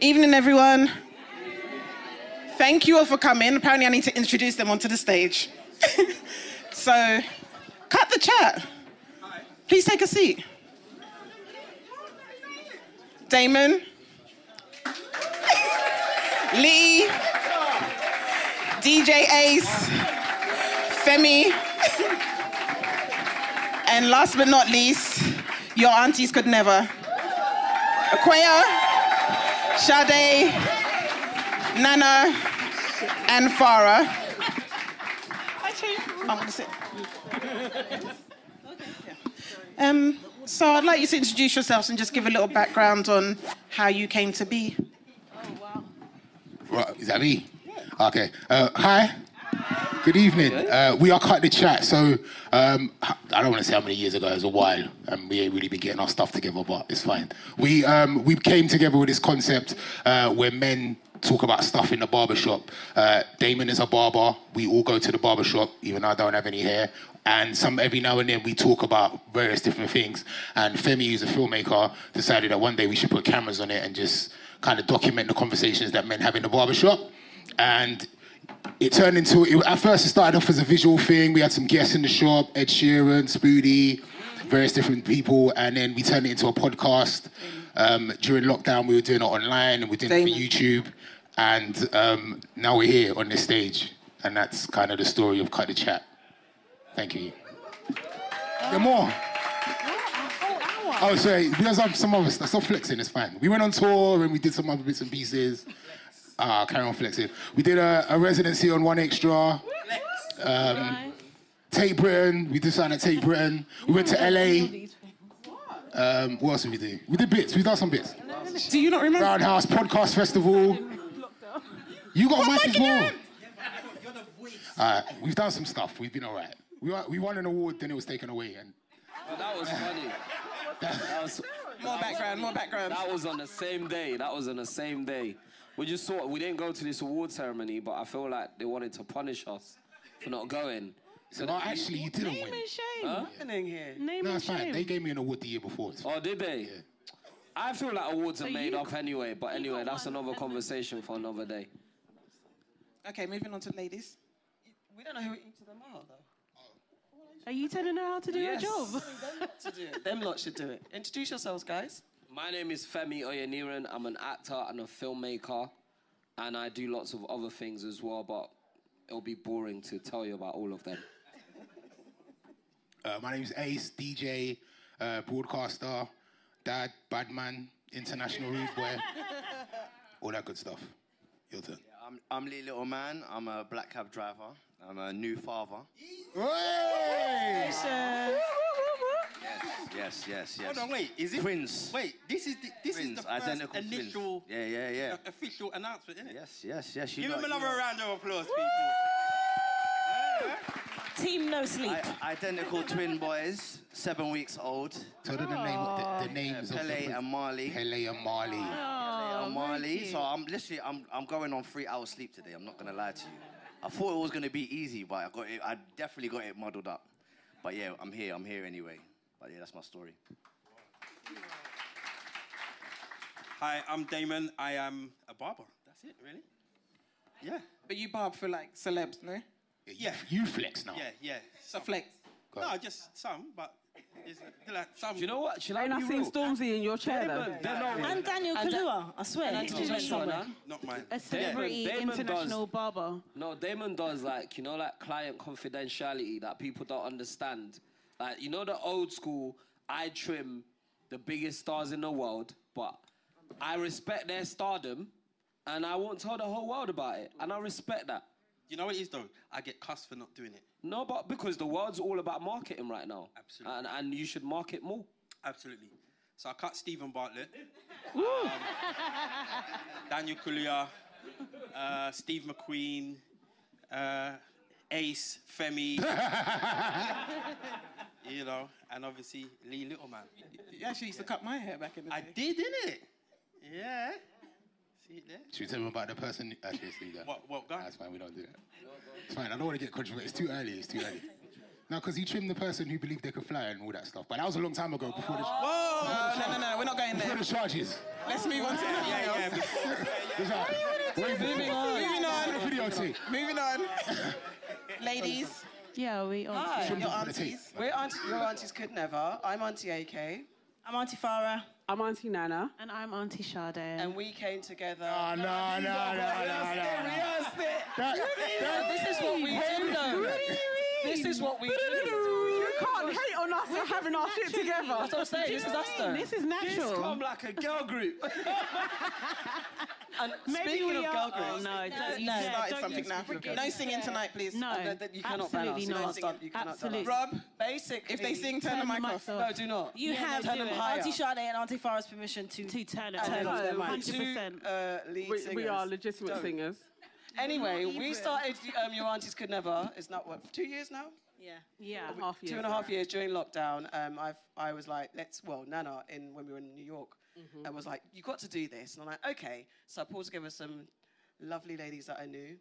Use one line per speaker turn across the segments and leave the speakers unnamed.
Evening, everyone. Thank you all for coming. Apparently, I need to introduce them onto the stage. so, cut the chat. Please take a seat. Damon. Lee. DJ Ace. Femi. and last but not least, your aunties could never. Akoya. Sade, Nana, and Farah. I'm
Um,
gonna sit. Yeah. Um, so I'd like you to introduce yourselves and just give a little background on how you came to be.
Right, is that me? Okay. Uh, hi. Good evening. Uh, we are cut the chat. So um, h- I don't want to say how many years ago. It was a while, and we ain't really been getting our stuff together, but it's fine. We um, we came together with this concept uh, where men talk about stuff in the barbershop. Uh, Damon is a barber. We all go to the barbershop, even though I don't have any hair. And some every now and then we talk about various different things. And Femi, who's a filmmaker, decided that one day we should put cameras on it and just kind of document the conversations that men have in the barbershop. And it turned into it, at first it started off as a visual thing. We had some guests in the shop, Ed Sheeran, Spoodie, various different people, and then we turned it into a podcast. Um, during lockdown, we were doing it online and we did it for
Damon.
YouTube, and um, now we're here on this stage, and that's kind of the story of Cut the Chat. Thank you. There are more. Oh, sorry. We have some, some other stuff. Stop flexing. It's fine. We went on tour and we did some other bits and pieces. Ah, carry on flexing. We did a, a residency on One Extra. Um, Tate Britain. We did something at Tate Britain. We went to LA. Um, what else did we do? We did bits. We done some bits.
Do you not remember?
Roundhouse Podcast Festival. You got a mic as well. All right, we've done some stuff. We've been all right. We, wa- we won an award, then it was taken away, and
That was funny. That was,
More background, more background.
that was on the same day. That was on the same day. We just saw we didn't go to this award ceremony, but I feel like they wanted to punish us for not going. So
well,
that-
actually, you didn't win.
Name
No,
and
it's fine.
shame.
They gave me an award the year before. It's fine.
oh, did they? I feel like awards are made up anyway. But anyway, that's another conversation for another day.
Okay, moving on to the ladies.
We don't know who each of them are, though.
Are you telling her how to do her job?
To do it. Them lot should do it. Introduce yourselves, guys.
My name is Femi Oyeniran. I'm an actor and a filmmaker, and I do lots of other things as well. But it'll be boring to tell you about all of them.
Uh, my name's Ace, DJ, uh, broadcaster, dad, bad man, international rude boy, all that good stuff. Your turn.
I'm, I'm Lee Little Man. I'm a black cab driver. I'm a new father.
Hey!
Yes, yes, yes, yes.
Hold on, wait. Is it
Twins.
Wait, this is the, this
twins,
is the first
identical
initial
twins. Yeah, yeah, yeah.
uh, official announcement, isn't it?
Yes, yes, yes. You
Give
lot-
him another
you lot-
round of applause, people.
Team No Sleep.
I- identical twin boys, seven weeks old. Oh.
Tell them the, name, the, the names of
Pele
the
and Marley.
Pele and
Oh,
Marley.
Pele and Marley. So I'm literally, I'm, I'm going on three hours sleep today. I'm not gonna lie to you. I thought it was gonna be easy, but I got it. I definitely got it muddled up. But yeah, I'm here. I'm here anyway. But yeah, that's my story.
Hi, I'm Damon. I am a barber. That's it, really. Yeah,
But you barb for like celebs, no?
yeah,
You flex now.
yeah, yeah.
A
Some.
flex.
No, just some, but it's like some.
Do you know what? Should I
And I
be
seen
real?
Stormzy in your chair though.
Damon, Damon,
And Daniel Kalua, I swear.
I
he
did
went
it.
somewhere.
Not mine.
A celebrity
Damon does-
international barber.
No, Damon does like you know like client confidentiality that people don't understand. Like you know the old school, I trim the biggest stars in the world, but I respect their stardom, and I won't tell the whole world about it, and I respect that.
You know what it is though? I get cussed for not doing it.
No, but because the world's all about marketing right now,
Absolutely.
and and you should market more.
Absolutely. So I cut Stephen Bartlett, um, Daniel Kaluuya, uh, Steve McQueen, uh, Ace, Femi, you know, and obviously Lee Littleman.
You actually used to cut my hair back in the
I
day.
did, didn't it? Yeah. See it there?
Should we tell them about the person? Actually, let's leave that.
What- what guy?
That's fine. We don't do that. It's fine. I don't want to get controversial. It's too early. It's too early. No, because you trimmed the person who
Oh,
believed they could fly and all that stuff. But that was a long time ago before the,
No, no, no, we're not going
before
there.
the charges.
Let's move on to everything else.
Yeah,
Moving on.
Video tape.
Moving on. Ladies,
Yeah, we are.
Hi.
your
Video tape.
aunties.
We're auntie, your aunties could never. I'm Auntie AK,
I'm Auntie Farah.
I'm Auntie Nana.
And I'm Auntie Sade.
and we came together.
Ah, no, no, no, no, no.
Rehearsed it.
That- that-
This is what we do, though. This is what we do.
You can't hate on us for having our shit together.
That's what I'm saying. This is us, though.
This is
yeah.
natural.
Come like a girl group.
And speaking of girl
Oh,
groups,
no, don't-
no,
yeah,
Started
don't
something now. No singing tonight, please.
No,
Uh, that- that you cannot ban us.
absolutely
You cannot
not.
stop. You cannot ban
absolutely.
us.
Rob,
basically,
if they sing, turn the mic off.
no, do not.
You have
turn them higher.
Auntie Sade and Auntie Farah's permission to.
to turn it
Turn
off.
off their mics.
Hundred percent.
Two, uh, lead
We,
singers.
we are legitimate
Don't.
singers.
Anyway, we started um, Your Aunties Could Never. It's not what two years now,
Yeah.
Yeah, half year.
two and a half years during lockdown. Um, I've I was like, let's well, Nana, in when we were in New York,
Mm-hmm.
I was like, you got to do this, and I'm like, okay. So I pulled together some lovely ladies that I knew,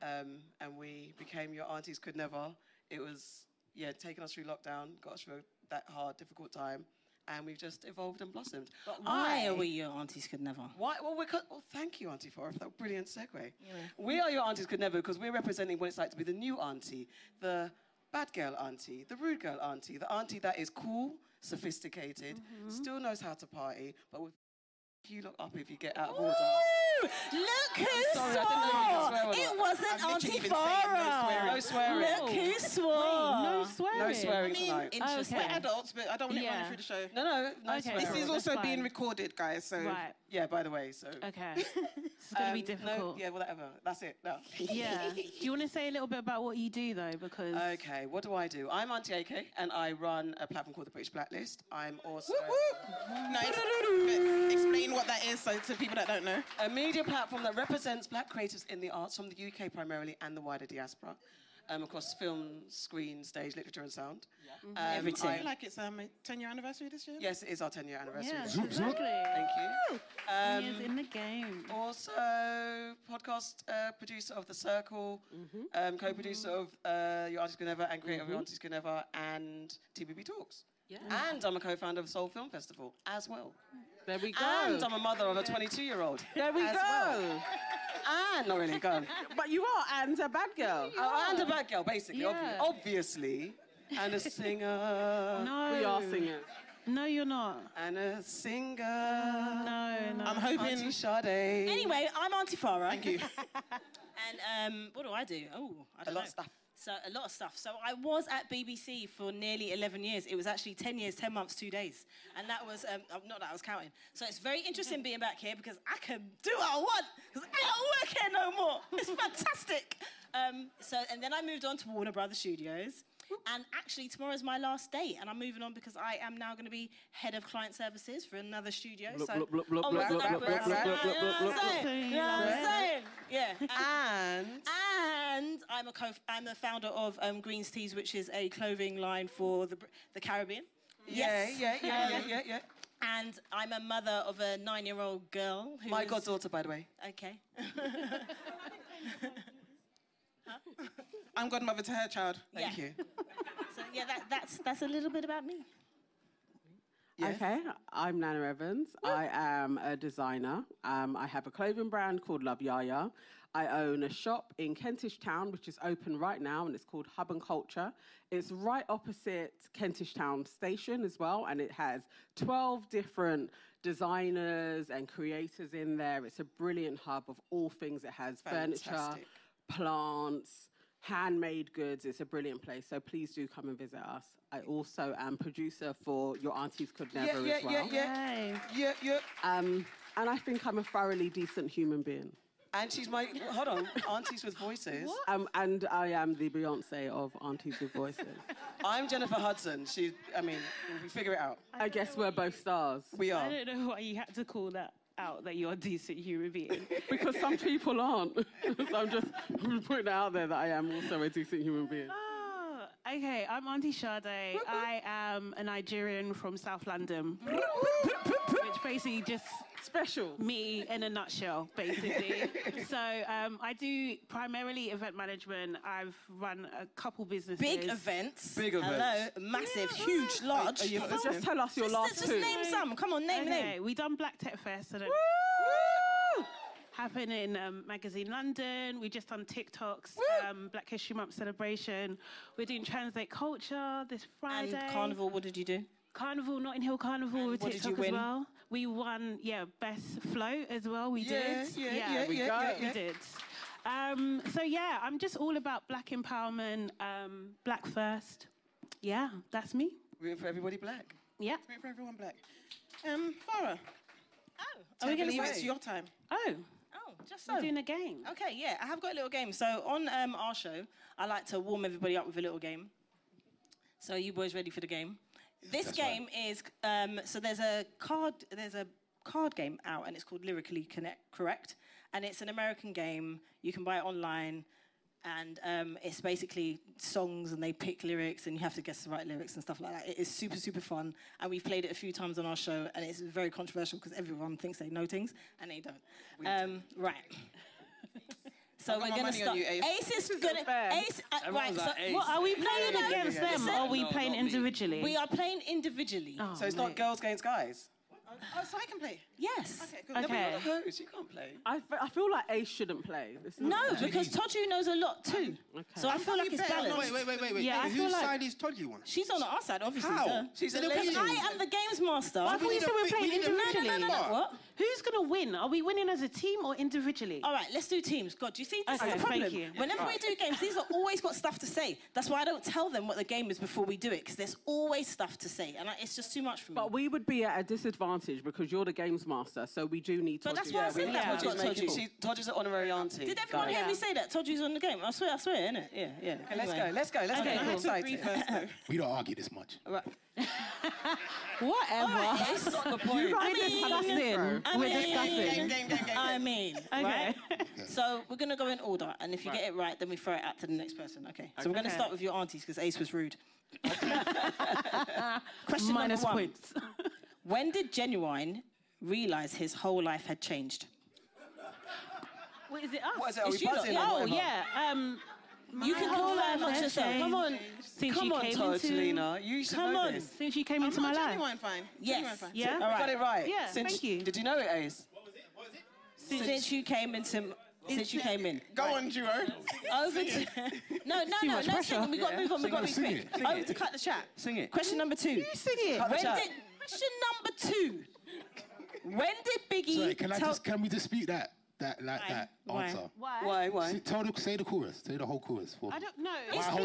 um, and we became Your Aunties Could Never. It was yeah, taking us through lockdown, got us through that hard, difficult time, and we've just evolved and blossomed. But
Why are we your aunties could never?
Why? Well, we're, co- well, thank you, Auntie Farah, for that brilliant segue. We are your aunties could never because we're representing what it's like to be the new auntie, the bad girl auntie, the rude girl auntie, the auntie that is cool, sophisticated,
Mm-hmm.
still knows how to party, but will f- you look up if you get out of order.
Woo! Look who
sorry,
swore!
I didn't know you could swear or
it
not.
wasn't
I've
Auntie
literally been saying no
Farah.
swearing.
No swearing.
Look who swore!
No swearing.
No swearing
I mean,
tonight.
interesting.
Okay.
We're adults, but I don't want it running
Yeah.
through the show.
No, no, no
Okay.
swearing.
This is
That's
also
fine.
being recorded, guys. So
Right.
yeah, by the way, so.
Okay. It's gonna be
Um, no,
difficult.
yeah, whatever. That's it. No.
Yeah. Do you want to say a little bit about what you do though? Because
Okay, what do I do? I'm Auntie AK, and I run a platform called the British Blacklist. I'm also.
No, ex- explain what that is so to people that don't know.
a media platform that represents black creatives in the arts from the UK primarily and the wider diaspora. Um, across film, screen, stage, literature, and sound.
Mm-hmm.
Mm-hmm.
Um,
I
I-
feel like it's um, a 10 year anniversary this year.
yes, it is our 10 year anniversary.
yeah,
this year.
exactly.
Thank you. Um,
he is in the game.
Also, podcast uh, producer of The Circle,
Mm-hmm.
um, co producer of uh, Your Artist Can Never and creator of Your Artist Can Never and TBB Talks. And I'm a co founder of Soul Film Festival as well.
There we go.
And I'm a mother of a 22 year old.
there we go.
as well. And, not really, go on.
But you are and a bad girl.
Oh, and a bad girl, basically, obvi-
Yeah.
obviously. And a singer.
No,
We are singers.
No, you're not.
And a singer.
No, no.
I'm
Auntie
hoping.
Sade.
Anyway, I'm Auntie Farah.
Thank you.
And um, what do I do? Oh, I don't
lot
know.
of stuff.
So a lot of stuff. So I was at BBC for nearly 11 years. It was actually 10 years, 10 months, two days, and that was um, oh, not that I was counting. So it's very interesting being back here because I can do what I want because I don't work here no more. It's fantastic. Um, so and then I moved on to Warner Brothers Studios. And actually, tomorrow's my last day, and I'm moving on because I am now going to be head of client services for another studio.
Look,
so,
look, look, look,
onwards
look,
and
look, look,
upwards.
look, look,
You know
look,
what
look,
I'm
look.
saying? You know what I'm saying? Yeah.
And
And I'm a co- I'm the founder of um, Greens Teas, which is a clothing line for the, Br- the Caribbean.
yeah,
Yes.
yeah, yeah, yeah,
Um,
yeah, yeah.
And I'm a mother of a nine-year-old girl. Who
My
is-
goddaughter, by the way.
Okay.
I'm godmother to her child.
Thank
yeah.
you.
So yeah, that, that's that's a little bit about me.
Yes.
Okay, I'm Nana Evans. I am a designer. Um, I have a clothing brand called Love Yaya. I own a shop in Kentish Town, which is open right now, and it's called Hub and Culture. It's right opposite Kentish Town Station as well, and it has 12 different designers and creators in there. It's a brilliant hub of all things. It has furniture,
Fantastic.
plants, handmade goods. It's a brilliant place. So please do come and visit us. I also am producer for Your Aunties Could
Yeah,
Never
yeah,
as well.
yeah, yeah,
Hey.
yeah, yeah.
Um, and I think I'm a thoroughly decent human being.
And she's my, hold on, aunties with voices.
Um, and I am the Beyonce of Aunties with Voices.
I'm Jennifer Hudson. She, I mean, we figure it out.
I guess we're both stars.
We
I
are.
don't know why you had to call that out that you're a decent human being.
Because some people aren't. so I'm just putting it out there that I am also a decent human being.
Oh, okay, I'm Auntie Sade. I am a Nigerian from South London. which basically just
special
me in a nutshell, basically. so um, I do primarily event management. I've run a couple businesses.
Big events.
Big
Hello,
events.
massive, huge, large.
are you
Come
listening?
on.
Just tell us your
Just-
last
Just
two.
name some. Come on, name,
okay,
name.
we done Black Tech Fest. I don't Happened in um, Magazine London. We just done TikToks, um, Black History Month celebration. We're doing Translate Culture this Friday.
Carnival, what did you do?
Carnival, Notting Hill Carnival with
what did
TikTok
you win?
as well. We won, yeah, best float as well. We
Yeah,
did.
yeah, yeah,
we
yeah, yeah,
We
yeah.
did. Um, so yeah, I'm just all about black empowerment, um, black first. Yeah, that's me.
Room for everybody black.
Yeah.
Room for everyone black. Um,
Oh,
Farah.
Are we
Take
gonna
it away.
say?
It's your time.
Oh.
Oh, just so.
We're doing a game.
Okay, yeah, I have got a little game. So on um, our show, I like to warm everybody up with a little game. So are you boys ready for the game? This game is um, so there's a card there's a card game out and it's called Lyrically Connect Correct, and it's an American game. You can buy it online, and um, it's basically songs and they pick lyrics and you have to guess the right lyrics and stuff like that. It is super super fun, and we've played it a few times on our show, and it's very controversial because everyone thinks they know things and they don't. Um, right. So we're
I've got my
gonna
money on
start.
you, Ace.
Ace is gonna. Ace, uh, right.
Everyone's
so
like Ace.
What, are we playing
no, no,
against
no, no,
them?
no,
or are we
no,
playing
not me.
individually?
we are playing individually.
Oh,
So it's not
mate.
girls against guys.
Oh, so I can play.
Yes.
Okay, cool.
Okay.
Hose, you can't play.
I, fe- I feel like Ace shouldn't play. This is
No, because Toju knows a lot too. So I feel like it's balanced.
Wait, wait, wait, wait, wait.
Yeah, I
Whose
feel like-
side is Todgy one?
She's on our side, obviously.
How?
duh.
She's a
Because
lady.
I am the games master.
I thought you
need
said
a
we're
fi-
playing
we need a
individually.
finish bar.
What?
Who's gonna win? Are we winning as a team or individually?
All right, let's do teams. God, you see, this
Okay,
is
thank
the problem.
you.
Whenever we do games, these are always got stuff to say. That's why I don't tell them what the game is before we do it, because there's always stuff to say, and I, it's just too much for me.
But we would be at a disadvantage because you're the games master, so we do need to.
But that's why I said that.
Yeah.
That's what I told you.
She, Todger's an honorary auntie.
Did everyone
guys.
hear me say that? Told you he's on the game. I swear, I swear, innit? Yeah, yeah.
Okay, let's
Anyway.
go. Let's go. Let's
Okay,
go. I'm
cool.
excited.
We don't argue this much.
Whatever.
That's not the point.
You guys
I mean-
are discussing.
I
We're
mean-
Game, game,
discussing.
game, game, game.
I mean,
Okay.
right? So we're gonna go in order, and if you get it right, then we throw it out to the next person. Okay. So we're gonna
Okay.
start with your aunties because Ace was rude. Question
Minus
number one:
points.
When did Genuine realize his whole life had changed?
What is it? Us?
What is it? Are we
It's you lot,
buzzing?
yeah.
or
Oh
whatever?
yeah. Um,
you can call that amongst yourself. Come on,
Since
Come
you
on,
came
Todd,
into,
Lena. You should
Come
know
on.
this.
Since you came into
Oh,
my life.
Genuine fine. Genuine
yes.
fine.
Yeah.
All
You got it right.
Yeah,
Since-
thank you.
Did you know it, Ace?
Since, you came into, since you came in.
Go on, duo.
Over to no, no, no.
much
Let's
pressure.
sing. We got to move on. We got to be
Sing
quick.
it,
Over to cut the chat.
Sing it.
Question number two.
Sing it.
When
chat.
did question number two? When did Biggie
Sorry, can I
tell?
just can we dispute that that like
Why?
that
Why?
answer?
Why?
Why?
Say-
Why?
Tell the say the chorus. Say the whole chorus for
I
me.
don't know.
My
no,
whole
I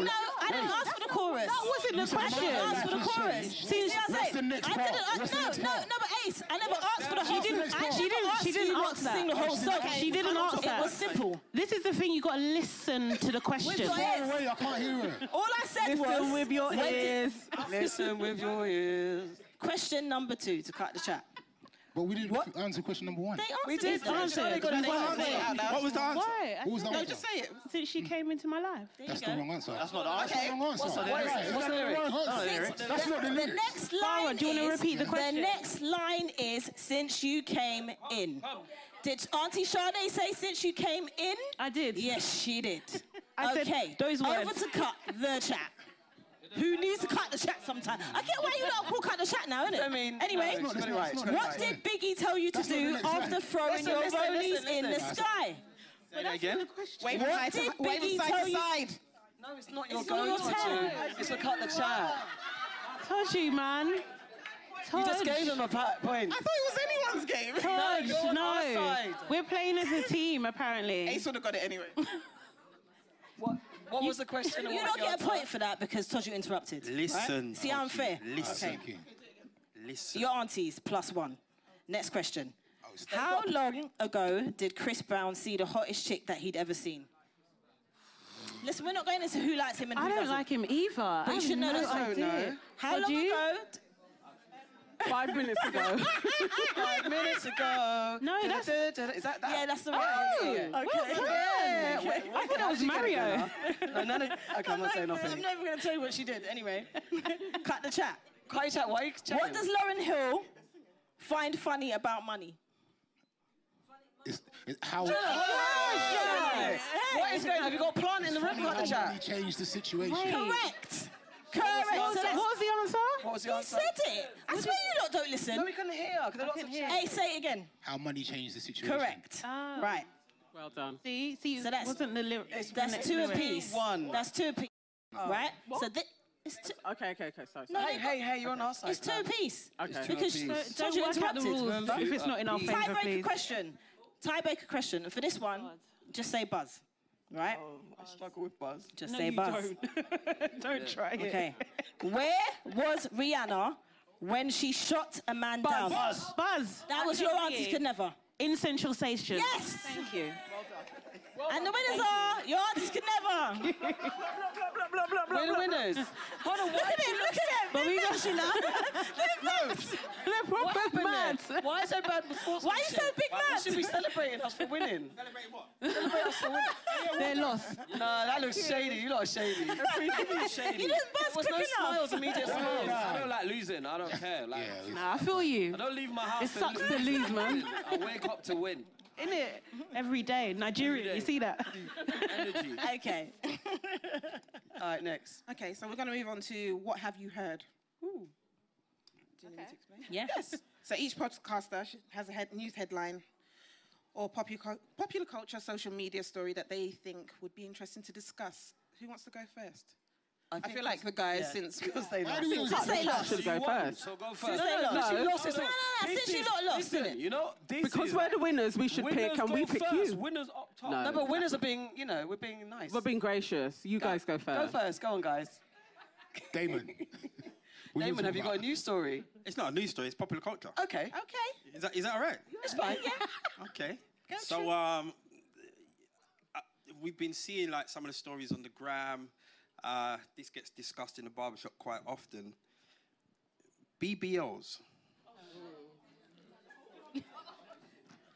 didn't
Wait.
ask for the chorus.
That wasn't the
I didn't ask
question.
for the
That's
chorus.
the
See, I
What's
said,
the next
I
part?
didn't. ask
What's the
no,
next
no,
part?
no, but Ace, I never asked for the whole.
She didn't.
I
She
never
didn't. She
asked
didn't
you not
ask
to Sing the
that.
whole song.
She didn't
I'm
ask
not-
that.
It was simple.
This is the thing. You gotta listen to the question.
your ears.
Far away, I can't hear it.
All I said was.
Listen with your
when did-
ears.
Listen with your ears.
Question number two to cut the chat.
But we didn't answer question number one.
They answered.
We did
it. They
answer.
answered.
They got
They
it
got
right.
it.
Answer it out loud.
What was the answer?
Why?
What was that?
No,
answer?
just say it.
Since she came into my life.
There you
That's
go.
the wrong answer.
That's not the answer.
Okay.
That's not the wrong
lyrics?
answer.
What's
That's not the
the lyrics?
wrong answer. That's not the
The
lyrics.
next line
do you wanna
is-
repeat the question?
The next line is since you came in. Did Auntie Sade say since you came in?
I did.
Yes, she did.
I said
okay,
those
Over
words.
to cut the chat. Who needs to cut the chat sometime? I get why you don't all cut the chat now, innit?
I mean,
anyway,
no, it's
not-
right.
it's
it's
not-
right.
what did Biggie tell you to
That's not the
do
next line.
after throwing
Listen,
your
listen, listen,
rollies in the
listen.
sky?
again?
Wave them side to
did
wave them
Biggie
side
tell
to
you-
side.
No, it's not your
It's not
go,
your
Todger.
turn.
It's a cut the chat.
Told you, man. Told
You just gave them a pa- point.
I thought it was anyone's game.
Told
you're on our
no.
side.
We're playing as a team, apparently.
Ace would have got it anyway.
What, what was the question? and
You don't
what was the
get a
answer?
point for that because Toju interrupted. right?
Listen,
See how I'm fair?
Listen.
Thank you.
Listen.
Your aunties, plus one. Next question.
Oh,
it's-
How long ago did Chris Brown see the hottest chick that he'd ever seen? Listen, we're not going into who likes him and who
I don't
doesn't.
like him either. I
you
have
should know
no
this. I don't
idea.
How
Told
long
you?
ago?
Five minutes ago.
Five minutes ago.
No, that's-
Da-da-da-da. Is that that?
Yeah, that's the right
Oh,
answer.
well done. I thought that was Mario.
No, no, no. Okay, I'm not saying
I'm
nothing.
not even going to tell you what she did. Anyway, cut the chat.
Quite chat. Why are you chatting?
What does Lauren Hill Find funny about money.
It's, it's how.
What is going on? Have you got a plant in the room?
Funny
Got
how
the
money
chat.
changed the situation.
Correct.
What
Correct.
was
So
the answer?
let's-
was the answer? What was the
you
answer?
said it. That's why you lot don't
No,
listen.
we couldn't hear. Because there are lots of
Hey, say it again.
How money changed the situation.
Correct.
Oh.
Ah,
Right.
Well done.
See, see, so
So that's-
that's, wasn't the lyric.
That's two apiece.
One.
That's two apiece. Right? So thi- it's two.
Okay, okay, okay. Sorry.
No,
sorry.
Hey, hey, hey, you're on our side.
It's two
man.
apiece.
Okay. It's two
Because
So,
because
don't
you
work out the
interrupted.
rules if it's not in our favour,
Tiebreaker
please.
question. Tiebreaker question. And for this one, just say buzz. Right?
Oh, I struggle with buzz.
Just say buzz.
Don't, don't try it.
Okay. Where was Rihanna when she shot a man down?
Buzz.
Buzz.
That was your answer. You could never.
In Central Station.
Yes. Thank you. and the winners are your aunties could never. look
We're the winners.
at him. Look at him. But we got you now.
What happened
Mad. Why so bad with sports?
Why are you so big
We should be
mad?
celebrating us for winning.
They're lost.
no, that looks shady. You lot are shady.
You didn't buzz
There's
quick
no
enough.
smiles, immediate
I
smiles.
don't- I don't like losing. I don't care. Like,
Yeah, it's-
Nah, I feel you.
I don't leave my house.
It
to
sucks to lose, man.
I wake up to win.
In it every day. Nigeria.
day.
You see that?
Energy.
Okay.
All right, next.
Okay, so we're going to move on to what have you heard?
Yes.
So each podcaster sh- has a head, news headline or popu- cul- popular culture social media story that they think would be interesting to discuss. Who wants to go first? I, feel like the guys since
Because they
Why
lost.
do we always
Say lost.
Should go first.
So go first.
Say lost.
Since you lost,
No,
it's
no,
not-
no.
This
Since you
is-
lot lost,
listen,
innit?
you know, this
Because
is,
we're the winners, we should
winners
pick and
go
we pick
first.
you.
Winners up top.
No.
No, but winners are being, you know, we're being nice.
We're being gracious. You guys go
Go
first.
first. Go on, guys.
Damon. What
Damon,
talking
have you got a
about?
news story?
It's not a news story. It's popular culture.
Okay.
Okay.
Is that is that all right?
It's fine.
Okay. So um, uh, we've been seeing like some of the stories on the gram. Uh, this gets discussed in the barbershop quite often. BBLs.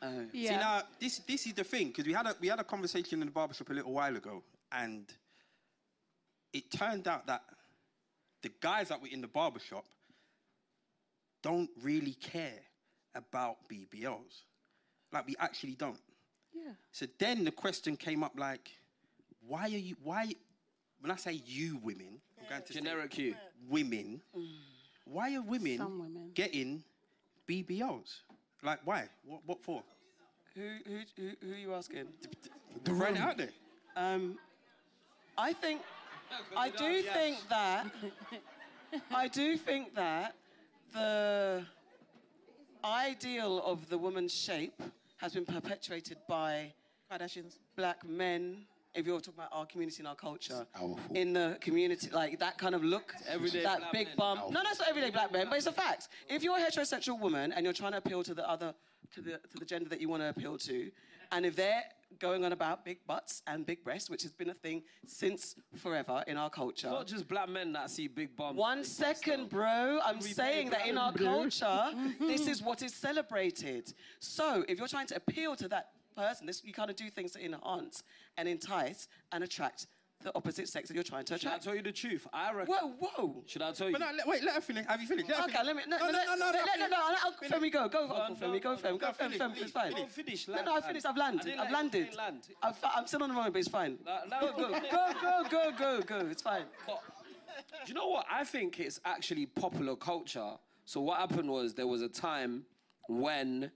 Oh. See now, this this is the thing because we had a we had a conversation in the barbershop a little while ago, and it turned out that the guys that were in the barbershop don't really care about BBLs, like we actually don't. Yeah. So then the question came up like, why are you why? When I say you women, I'm going to say
Generic you.
women. Why are women,
women.
getting BBLs? Like why? What what for?
Who, who, who, who are you asking?
The right out there.
Um, I think, I do think that, I do think that the ideal of the woman's shape has been perpetuated by
Kardashians.
black men. If you're talking about our community and our culture,
our fault.
in the community, like that kind of look,
everyday
that
black
big
men.
bum. No, no, it's not everyday black men, but it's a fact. If you're a heterosexual woman and you're trying to appeal to the other, to the to the gender that you want to appeal to, and if they're going on about big butts and big breasts, which has been a thing since forever in our culture.
Not just black men that see big bums.
One second, bro. I'm saying that in our culture, this is what is celebrated. So if you're trying to appeal to that person, this you kind of do things to enhance and entice and attract the opposite sex that you're trying to
Should I
attract.
tell you the truth? I reckon.
Whoa, whoa.
Should I tell you?
But no, let, wait, let her finish. Have you finished? Let her
Okay,
finish.
let me. No, no, no, no, no, no, no, no, let Uncle Femi go. Go, Uncle Femi. Go, Femi. Go, Femi. Femi. It's fine.
Don't finish.
No,
land,
no, I
land.
finished. I've
I
landed.
didn't
I've
land, you
landed.
didn't land.
I've, I'm still on the road, but it's fine.
Uh, no,
Go, go, go, go, go, go. It's fine.
But do you know what? I think it's actually popular culture. So what happened was there was a time when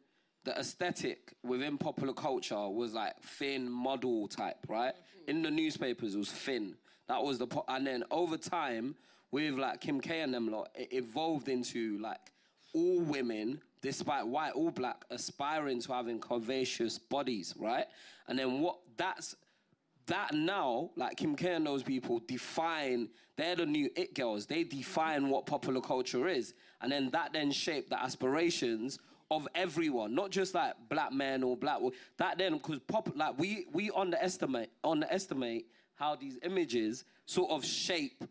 the aesthetic within popular culture was like thin model type, right? In the newspapers, it was thin. That was the po- and then over time with like Kim K and them lot, it evolved into like all women, despite white or black, aspiring to having curvaceous bodies, right? And then what that's that now, like Kim K and those people, define they're the new it girls. They define what popular culture is, and then that then shaped the aspirations of everyone, not just like black men or black. wo- That then because pop like we we underestimate underestimate how these images sort of shape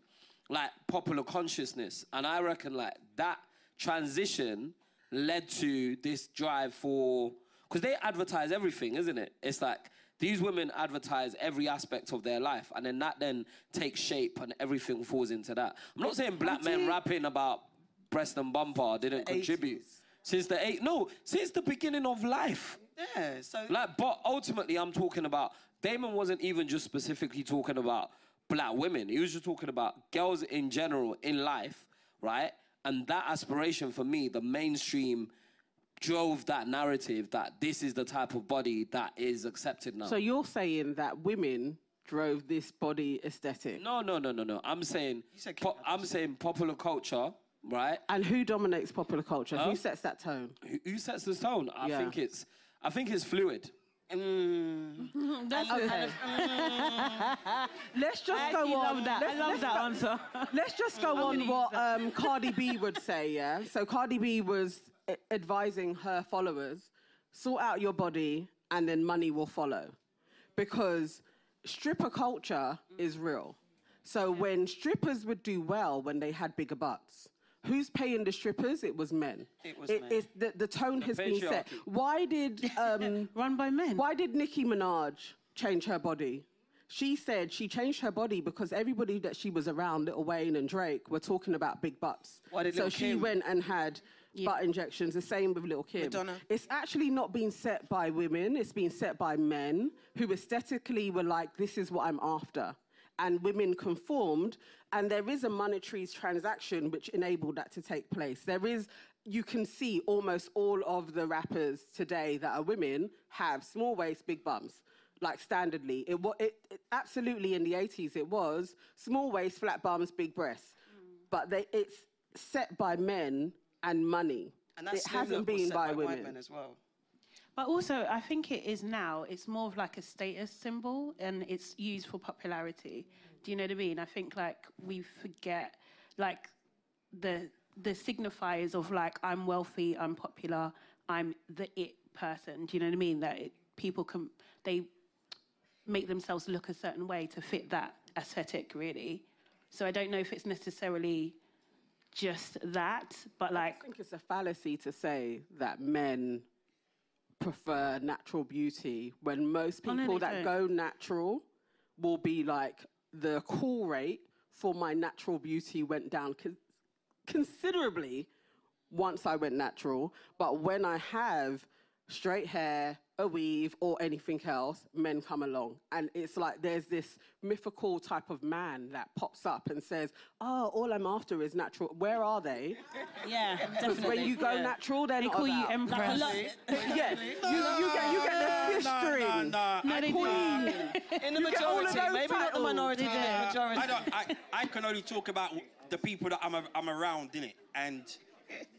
like popular consciousness, and I reckon like that transition led to this drive for because they advertise everything, isn't it? It's like these women advertise every aspect of their life, and then that then takes shape, and everything falls into that. I'm not saying black men rapping about breast and bumper didn't contribute. Since the eight, no, since the beginning of life.
Yeah, so
Like, but ultimately, I'm talking about Damon wasn't even just specifically talking about black women. He was just talking about girls in general in life, right? And that aspiration for me, the mainstream drove that narrative that this is the type of body that is accepted now.
So you're saying that women drove this body aesthetic,
no, no, no, no, no. I'm saying, po- I'm saying popular culture, right?
and who dominates popular culture? Who sets that tone?
Who- Who sets the tone? I
Yeah.
think it's, I think it's fluid.
That's
Okay.
Mm.
Let's just
I
go
actually
on.
love that.
Let's,
I love
let's
that
go-
answer.
Let's just go on what um, Cardi B would say. Yeah. So Cardi B was a- advising her followers: sort out your body, and then money will follow, because stripper culture is real. So when strippers would do well when they had bigger butts. Who's paying the strippers? It was men. It was men. It's, the, the tone has been set.
patriarchy.
Why did um,
Run by men.
why did Nicki Minaj change her body? She said she changed her body because everybody that she was around, Little Wayne and Drake, were talking about big butts.
Why did
so
Lil'
she
Kim-
went and had butt injections. The same with Little Kim.
Madonna.
It's actually not being set by women. It's being set by men who aesthetically were like, "This is what I'm after." And women conformed, and there is a monetary transaction which enabled that to take place. There is, you can see almost all of the rappers today that are women have small waists, big bums like standardly. It, wa- it, it absolutely in the 80s it was small waist, flat bums, big breasts. But they, it's set by men and money.
and that's
it hasn't been by,
white
women.
men as well.
But also, I think it is now, it's more of like a status symbol and it's used for popularity. Do you know what I mean? I think like we forget like the the signifiers of like I'm wealthy, I'm popular, I'm the it person. Do you know what I mean? That it, people can they make themselves look a certain way to fit that aesthetic really. So I don't know if it's necessarily just that, but like
I think it's a fallacy to say that men prefer natural beauty when most
no,
people
they
that
don't.
go natural will be like the call rate for my natural beauty went down con- considerably once I went natural, but when I have straight hair, a weave, or anything else, men come along. And it's like there's this mythical type of man that pops up and says, Oh, all I'm after is natural. Where are they?
Yeah,
Because
definitely.
when you go
yeah.
natural, they're
they
not
call you
about.
A
empress.
lot-
yeah, you, you get you get the fish string.
nah,
No,
I-
they do.
In the
You get all of
majority,
those
maybe not the
titles.
minority, but the majority.
I don't. I, I can only talk about the people that I'm a, I'm around in it, and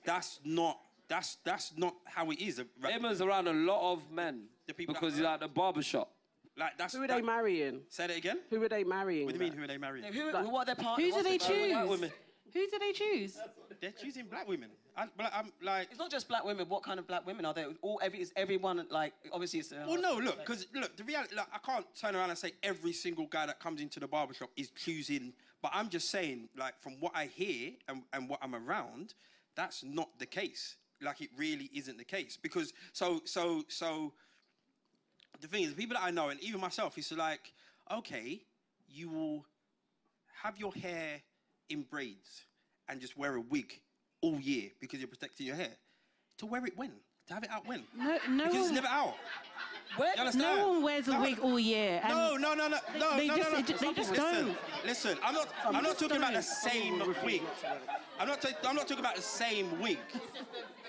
that's not that's that's not how it is.
Damon's around a lot of men
The people
because
that-
he's at the barber shop.
Like that's
Who are they
that-
marrying?
Say that again.
Who are they marrying?
What do you mean?
then?
Who are they marrying?
Who, what are their partners?
Who do they
White
choose?
women.
Who do they choose?
They're choosing black women. I, but I'm like.
It's not just black women. What kind of black women are there? All every is everyone like obviously it's. Uh,
Well, no, look, because look, the reality, like, I can't turn around and say every single guy that comes into the barbershop is choosing. But I'm just saying, like, from what I hear and, and what I'm around, that's not the case. Like, it really isn't the case because so so so. The thing is, the people that I know, and even myself, it's like, okay, you will have your hair in braids and just wear a wig all year because you're protecting your hair. To wear it when? To have it out when?
No, no
because it's
one-
never out. You understand?
No one wears a
No,
wig all year. And
No, no, no, no, no,
they
no,
just-
no, no.
they ju- they just
listen,
don't.
Listen, I'm not, I'm not talking about the same wig. I'm not, ta- I'm not talking about the same wig.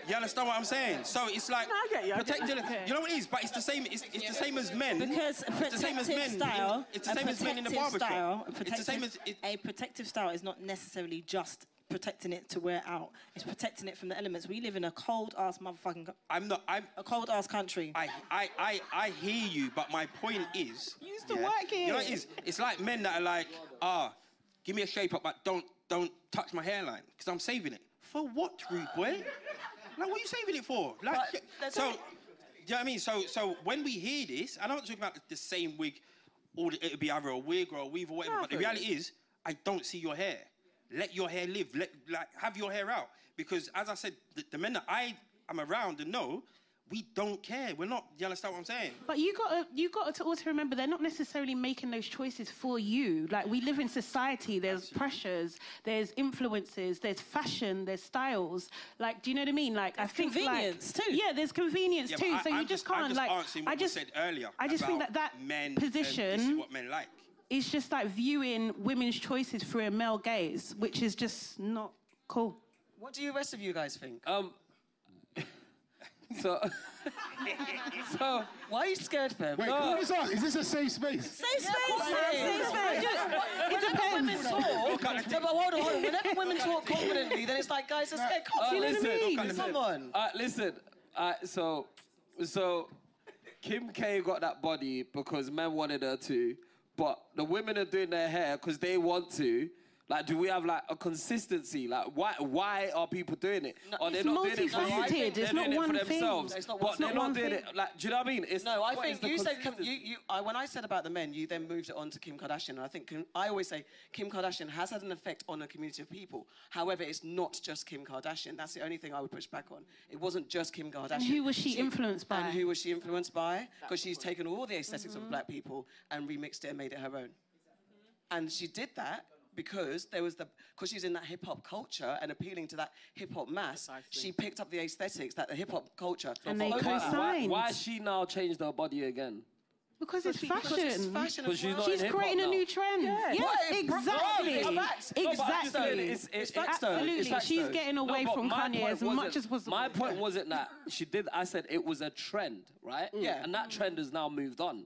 You understand what I'm saying? So it's like
No, I get you, I get
protecting.
you.
You know what it is, but it's the same. It's, it's the same as men.
Because
it's
a
the
protective
same as men. in-
style,
it's the
a
same as men in the
protective
barbershop.
style, a
it's the same as.
protective-
It,
a protective style is not necessarily just protecting it to wear out. It's protecting it from the elements. We live in a cold ass motherfucking co-
I'm not. I'm.
a cold ass country.
I, I, I, I hear you, but my point is. You used to
work
You know what it is? It's like men that are like, ah, give me a shape up, but don't, don't touch my hairline, because I'm saving it. For what, rude boy? like, what are you saving it for? Like,
But that's
so,
it.
you know what I mean? So, so when we hear this, and I'm not talking about the same wig, or the, it'd be either a wig or a weave or whatever, but the reality is, I don't see your hair. Let your hair live. Let like have your hair out because, as I said, the, the men that I am around and know we don't care. We're not. You understand what I'm saying?
But you got to, you got to also remember they're not necessarily making those choices for you. Like we live in society, there's pressures, there's influences, there's fashion, there's styles. Like, do you know what I mean? Like, I
There's
think
convenience
like,
too.
Yeah, there's convenience
Yeah, but
too.
I-
so you
I'm
just
I'm
can't
just
like.
answering what
I
you
just
said earlier.
I just think
about
that that
men and
position.
this is what men like.
It's just like viewing women's choices through a male gaze, which is just not cool.
What do you rest of you guys think?
Um, so, so
Why are you scared, Fem?
Wait, can I just ask, is this a safe space?
Safe space, man. Safe space.
It depends. Women talk, no, but hold on, hold on. Whenever women talk confidently, then it's like, guys, just get
uh,
confident.
listen,
Come on.
Uh, listen, uh, so, so Kim K got that body because men wanted her to, but the women are doing their hair because they want to. Like, do we have like a consistency? Like, why why are people doing it? Are they
It's
not doing it for
multifaceted.
you?
It's
They're
not
doing
one
it for
thing.
themselves,
It's not one-
but
it's
they're
not
not
one
doing
thing.
it. Like, do you know what I mean? It's
No, I
what is
think
the
you said Kim, you,
consistency?
you. I when I said about the men, you then moved it on to Kim Kardashian. And I think Kim, I always say Kim Kardashian has had an effect on a community of people. However, it's not just Kim Kardashian. That's the only thing I would push back on. It wasn't just Kim Kardashian.
who was she influenced by?
And who was she influenced by? Because she's taken all the esthetics
Mm-hmm.
of black people and remixed it and made it her own.
Mm-hmm.
And she did that because there was the because she's in that hip hop culture and appealing to that hip hop mass. She picked up the aesthetics that the hip hop culture
And they
Only that-
co-signed.
why,
Signed.
why has she now changed her body again?
Because it's fashion.
Because it's fashion
But
as
she's
well.
not in
She's
hip-hop
creating a
now.
new trend. Mm. Yes,
What?
exactly.
It's facts. No,
but I'm just saying
Exactly.
it's- it's facts though. It's
Absolutely.
facts
She's
though.
getting
No,
away
but
from
my
Kanye
point
as much
wasn't-
as possible.
My point wasn't that she did. I said it was a trend, right?
Yeah.
And that trend has now moved on,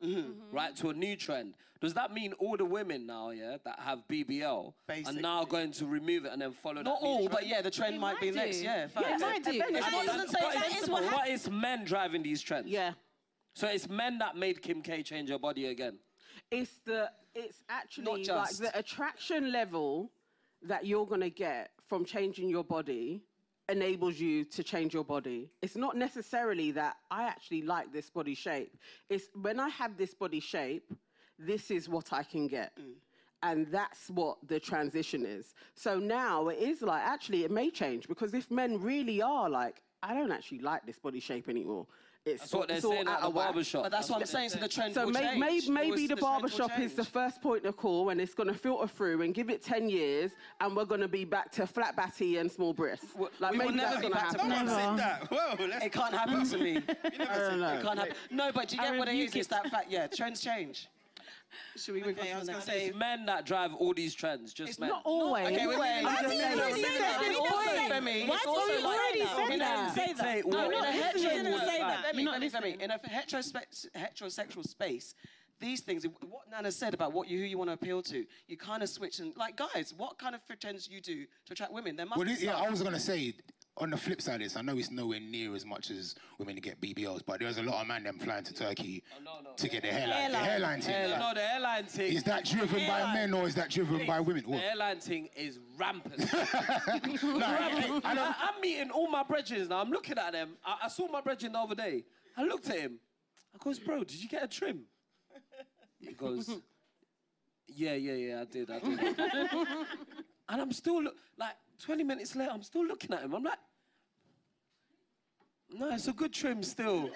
right, to a new trend. Does that mean all the women now, yeah, that have BBL are now
Basically.
going to remove it and then follow
Not
that new
all,
trend?
but yeah, the trend might, be
do.
next. Yeah, fact.
Yeah, it might do.
It's
That
not-
is-
doesn't say
that
it's
is
sensible.
what hap-
But it's men driving these trends.
Yeah.
So it's men that made Kim K change her body again.
It's the it's actually like
just.
the attraction level that you're gonna get from changing your body enables you to change your body. It's not necessarily that I actually like this body shape. It's when I have this body shape, this is what I can get.
Mm.
And that's what the transition is. So now it is like actually it may change because if men really are like, I don't actually like this body shape anymore. It's,
That's what they're
it's all
saying
out
at the
of whack.
barbershop.
But that's what I'm saying. So the trend
So
will
may,
change.
may,
It will-
maybe the
trend will
barbershop is the
change.
first point of call and it's going to filter through and give it 10 years and we're going to be back to flat batty and small breasts. Like
we will
maybe
never
that's
be
going to
back to
happen.
flat
Someone said that. Whoa, let's.
It can't happen to me.
you never said that.
It can't happen. No, but do you get what it
rebuke
is? It's that fact. Yeah, trends change. Should we move
Okay, I
on to
was
the
gonna
next?
say,
It's men that drive all these trends. Just men.
Not always.
Okay, we're moving on
I
to the
didn't
next.
really
It's
say that.
also
We never said-
Femi,
Why
it's
did
also
you
like-
already
No,
say
we
that?
didn't
Say that.
No,
We're
in a
not
hetero-
listening.
no,
Say
no,
that.
Femi,
You're not
Femi,
listening.
Femi, in a heterospe- heterosexual space, these things, what Nana said about what you, who you want to appeal to, you kind of switch and like guys, what kind of pretends you do to attract women? There must
Well,
be
it- yeah,
some.
I was gonna say. On the flip side of this, I know it's nowhere near as much as women get BBLs, but there's a lot of men them flying to Turkey
Oh,
to get their hairline. The hairline thing.
No, the airline thing.
Is that driven by men or is that driven by women?
The
What?
airline thing is rampant.
No, I- I don't-
I, am meeting all my brethren now. I'm looking at them. I, I saw my brethren the other day. I looked at him. I goes, bro, did you get a trim? He goes, yeah, yeah, yeah, I did, I did. and I'm still, look, like, 20 minutes later, I'm still looking at him. I'm like, no, it's a good trim still.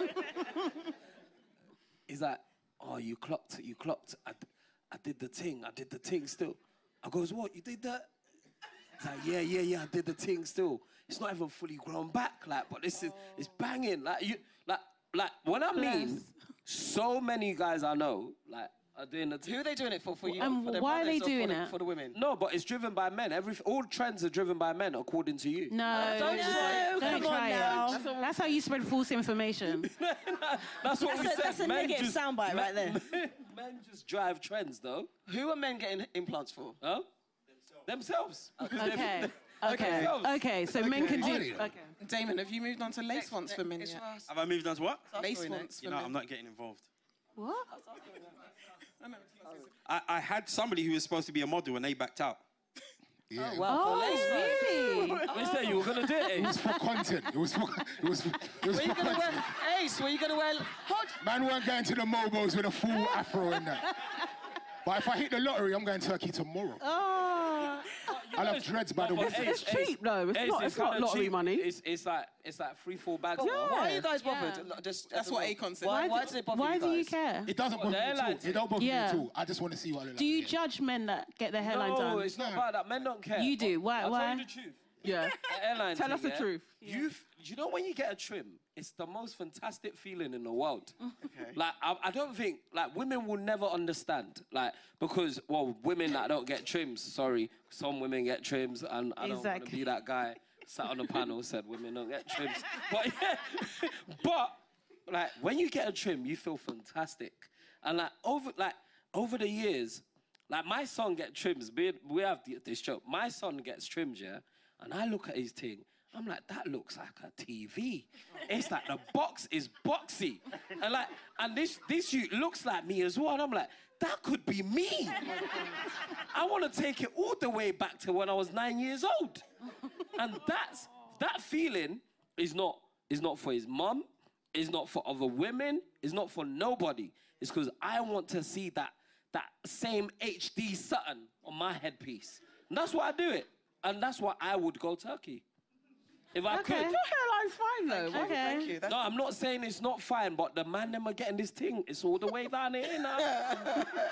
He's like, oh, you clocked, you clocked. I, d- I did the thing, I did the thing still. I goes, what, you did that? He's like, yeah, yeah, yeah, I did the thing still. It's not even fully grown back, like, but this is,
Oh.
it's banging. Like, you, like, like, when I mean, so many guys I know, like, are doing the
Who are they doing it for? For you?
And
for their
why are they
brothers or for
doing
the-
it?
for the women?
No, but it's driven by men. Every all trends are driven by men, according to you.
No,
Don't try
don't
it. Come on
try it.
now.
That's, how you spread false information.
that's what
That's a-
we said.
that's a
Men
negative
just-
soundbite
men-
right there.
Men, men just drive trends, though.
Who are men getting implants for?
Huh? Themselves. Because they've-
Okay.
they're
Okay.
themselves.
Okay. So men can do.
Already
Okay.
though.
Damon, have you moved on to lace fonts for men
It's
yet?
for us.
Have I moved on to what?
Lace
story
fonts for
No, I'm
men.
not getting involved.
What?
I, I had somebody who was supposed to be a model and they backed out.
Yeah.
Oh, really?
They said you were gonna do it. eh?
It was for content. It was for. It was. For, it was
Were
for
you gonna
content.
wear Ace? Were you gonna wear? Hold.
Man weren't going to the Mobos with a full afro and that. But if I hit the lottery, I'm going to Turkey tomorrow.
Oh.
I'll have dreads by the
No, but
weekend.
It's cheap, though. It's not- it's not
kinda
lottery
cheap.
money.
It's, it's like it's like three, four bags.
Yeah.
worth.
Why are you guys bothered?
Yeah.
Look, Just,
That's what Akon said.
Why,
Why
why does it bother
Why
you
do
guys?
you care?
It doesn't bother me
they're
at all.
like-
It don't bother
Yeah.
me at all. I just want to see what I look like.
Do you
Yeah.
judge men that get their hairline
No,
done?
it's not about that. Men don't care.
You do. Why-
I'll
why?
Tell you the truth.
Yeah.
The airline
Tell
thing,
us the
yeah?
truth.
You, f- you know when you get a trim, it's the most fantastic feeling in the world. Like I, I don't think like women will never understand like because well women that don't get trims. Sorry, some women get trims, and I don't want to
Exactly.
be that guy sat on the panel said women don't get trims. But yeah, but like when you get a trim, you feel fantastic, and like over like over the years, like my son get trims. We we have th- this joke. My son gets trims, yeah, and I look at his thing. I'm like, that looks like a TV. It's like the box is boxy, and like, and this this you looks like me as well. And I'm like, that could be me. I want to take it all the way back to when I was nine years old, and that's that feeling is not is not for his mum, is not for other women, is not for nobody. It's because I want to see that that same HD Sutton on my headpiece, and that's why I do it, and that's why I would go Turkey if I
Okay.
Your
could.
hairline's fine, though.
okay.
Thank you. That's
No, I'm not saying it's not fine, but the man them are getting this thing. It's all the way down here now.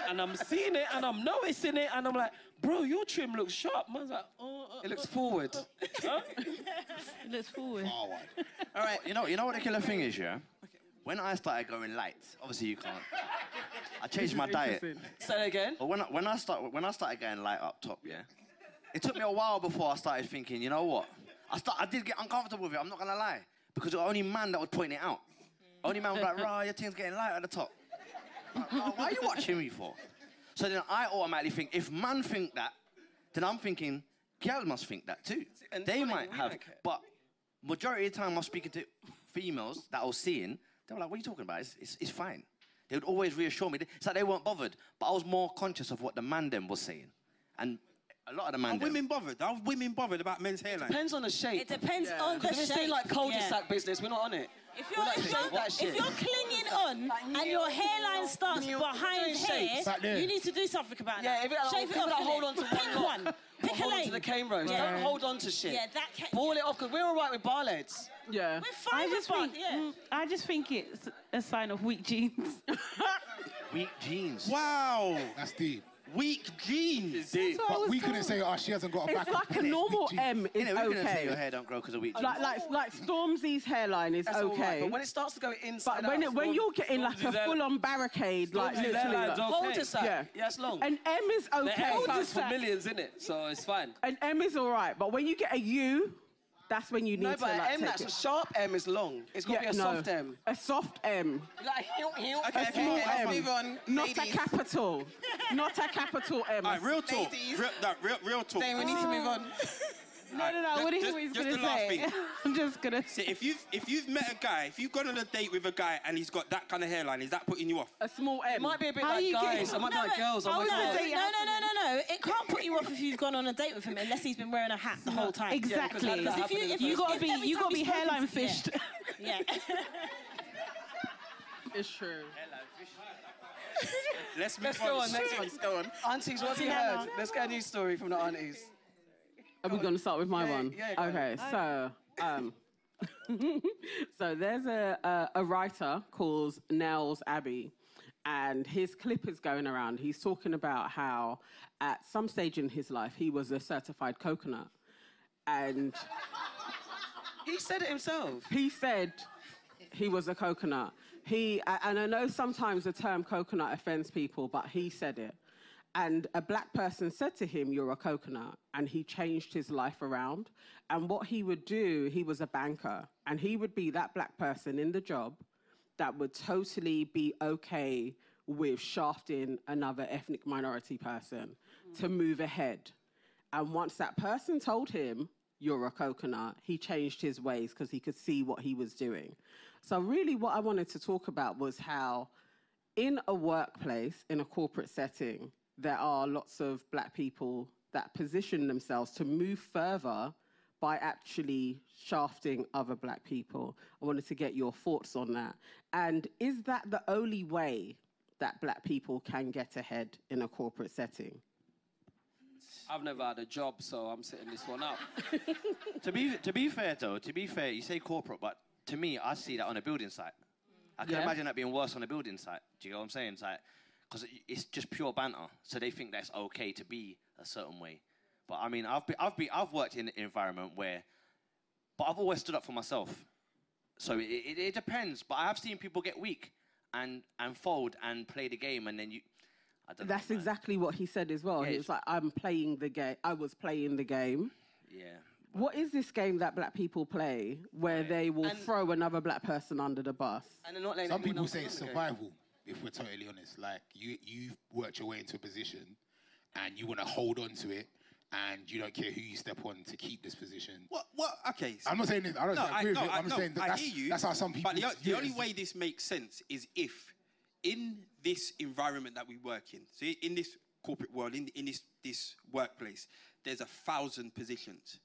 and I'm seeing it and I'm noticing it and I'm like, bro, your trim looks sharp. Man's like, oh, uh,
It looks forward.
huh?
Let's forward.
Oh, wow.
All right, you know, you know what the killer thing is, yeah? When I started going light, obviously you can't. I changed my diet.
Say that again.
But when I, when I start when I started going light up top, yeah, it took me a while before I started thinking. You know what? I start I did get uncomfortable with it. I'm not gonna lie, because the only man that would point it out, only man was like, "Rah, your thing's getting light at the top." Like, "Rah, why are you watching me for? So then I automatically think if man think that, then I'm thinking girl must think that too.
and
they
funny,
might
we
have,
don't care.
but majority of the time I'm speaking to females that I was seeing, they were like, "What are you talking about? It's, it's, it's fine." They would always reassure me. It's like they weren't bothered, but I was more conscious of what the man them was saying, and a lot of the man
Are
them-
women bothered? Are women bothered about men's hairline?
Depends on the shape.
It depends on the
Because if
shape.
it's thing like cul-de-sac
yeah.
business, we're not on it.
If
We're
you're,
not
if
saying
you're,
that
if
shit.
you're clinging on and your hairline starts behind
Shapes.
Back
here,
there.
you need to do something about
Yeah,
that.
if it,
Shave it
people
off.
that hold
innit?
on to
Pick
one
one.
lot,
Pick a
hold on
lane.
to the cane rows.
Yeah.
Don't hold on to shit.
Yeah, that can-
Ball it off because we're all right with bar leads.
Yeah.
We're
I
fine with
just
that.
think,
Yeah.
mm, I just think it's a sign of weak genes.
weak jeans.
Wow,
That's deep.
weak jeans.
See,
That's what I
But
was
we couldn't
told.
say, oh, she hasn't got a back.
It's like a
Big
normal
G.
M is
You know, we're gonna say your
okay.
hair don't grow because of weak jeans.
Like, like, like Stormzy's hairline is
That's all right.
okay.
But when it starts to go inside
But when,
out,
it, when
Storm-
you're getting like a
Stormzy's hair-
full on barricade, like
Stormzy's
literally.
hairline's
like-
okay.
cul-de-sac.
Yeah.
Yeah. it's long.
An M is
the
okay.
hair sounds
Cul-de-sac.
for millions, innit? So it's fine.
An M is all right. But when you get a U, that's when you need
no,
to
but an
like
M
take
that's
it.
a sharp M is long. It's got to
Yeah,
be a
no.
soft M.
A soft M.
Like, heel, heel.
A small
let's
M.
move on.
Not
Ladies.
a capital. Not a capital M.
All right, real talk.
Ladies.
Real, no, real, real talk.
Dane, we need to move on.
No, no, no. I
Just-
want to hear
just-
what he's
just
going
the
to
last
say.
thing.
I'm just going to
So if you've if you've met a guy, if you've gone on a date with a guy and he's got that kind of hairline, is that putting you off?
A small M.
It might be a bit
How
like
you getting-
guys. It might be like girls. Oh my
was
God.
gonna
no,
say-
no, no, no, no, no. It can't put you off if you've gone on a date with him unless he's been wearing a hat the whole time.
exactly.
Yeah, because how did that happen in the
if
first
you gotta
if
be,
every
you
time
gotta be
you've spoken
hairline
to- yeah.
fished.
Yeah.
It's true.
Let's move
Let's go on, next one.
Let's go on.
Aunties, what have you heard? Let's get a news story from the aunties.
Are we going to start with my one?
Oh, yeah, go Oh.
okay,
on.
so um, so there's a, a a writer called Nels Abbey, and his clip is going around. He's talking about how at some stage in his life he was a certified coconut, and
He said it himself.
he said he was a coconut. He a- and I know sometimes the term coconut offends people, but he said it. And a black person said to him, "You're a coconut," and he changed his life around. And what he would do, he was a banker, and he would be that black person in the job that would totally be okay with shafting another ethnic minority person to move ahead. And once that person told him, you're a coconut, he changed his ways because he could see what he was doing. So, really, what I wanted to talk about was how, in a workplace, in a corporate setting, there are lots of black people that position themselves to move further by actually shafting other black people. I wanted to get your thoughts on that. And is that the only way that black people can get ahead in a corporate setting?
I've never had a job, so I'm sitting this one out.
to be to be fair though, to be fair, you say corporate, but to me, I see that on a building site. I can
Yeah.
imagine that being worse on a building site. Do you know what I'm saying? It's like, because it's just pure banter, so they think that's okay to be a certain way. But I mean, I've been, I've been, I've worked in an environment where, but I've always stood up for myself. So it, it, it depends. But I have seen people get weak and and fold and play the game, and then you. I don't
That's
know, man.
exactly what he said as well.
Yeah,
he
it's-
was like, I'm playing the game. I was playing the game.
Yeah.
What is this game that black people play where they will throw another black person under the bus?
And they're not letting
Some
anyone
people
else
say
on
it's
the game.
survival, if we're totally honest. Like, you, you've worked your way into a position and you want to hold on to it and you don't care who you step on to keep this position.
What? What? Okay. so-
I'm not saying that- I don't agree with it, I'm just saying that
I
that's-
hear you,
that's how some
But the,
people
o-
view it
the only
as-
way this makes sense is if, in this environment that we work in, so i- in this corporate world, in, in this this workplace, there's a thousand positions,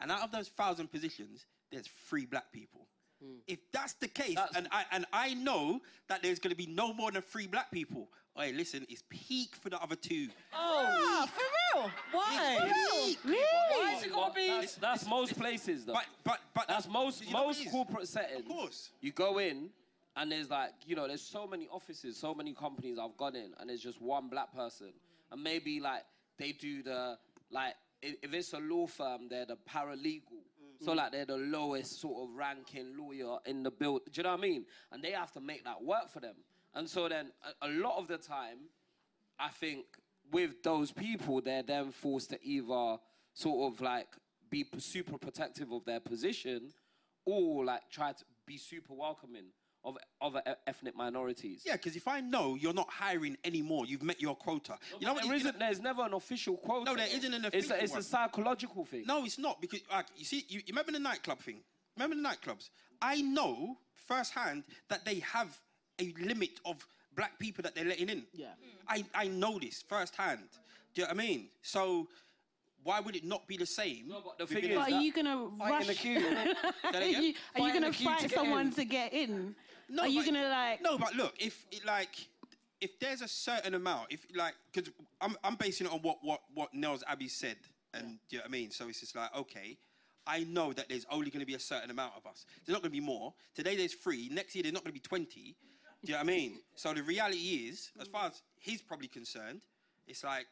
and out of those thousand positions, there's three black people.
Hmm.
If that's the case,
That's-
and I and I know that there's going to be no more than three black people. Hey, listen, it's peak for the other two.
Oh, for real? Why?
Peak.
Why is it gonna
But
be?
That's, that's most places, though.
But but but
That's most
you know what it
most
is?
corporate settings.
Of course.
You go in and there's like, you know, there's so many offices, so many companies I've gone in, and there's just one black person. And maybe like they do the like i- if it's a law firm, they're the paralegal.
Mm-hmm.
So like they're the lowest sort of ranking lawyer in the build. Do you know what I mean? And they have to make that work for them. And so then a, a lot of the time, I think with those people, they're then forced to either sort of like be p- super protective of their position or like try to be super welcoming of other e- ethnic minorities.
Yeah, because if I know you're not hiring anymore, you've met your quota. you know what?
there
you know-
isn't, there's never an official quota.
No, there isn't an
It's
official
a, it's
one.
a psychological thing.
No, it's not because like you see, you, you remember the nightclub thing. Remember the nightclubs. I know firsthand that they have a limit of black people that they're letting in.
Yeah.
I I know this firsthand. Do you know what I mean? So why would it not be the same? No,
but the thing is
But are
that-
you gonna rush?
the queue.
Say that
are
again?
you, are you
Fighting the
gonna
queue to
fight
get
someone
in.
to get in? are you
but-
gonna like?
No, but look, if it, like if there's a certain amount, if like because I'm I'm basing it on what what what Nels Abbey said, and do you know what I mean. So it's just like okay. I know that there's only going to be a certain amount of us. There's not going to be more. Today there's three. Next year there's not going to be 20. Do you know what I mean? So the reality is, as far as he's probably concerned, it's like,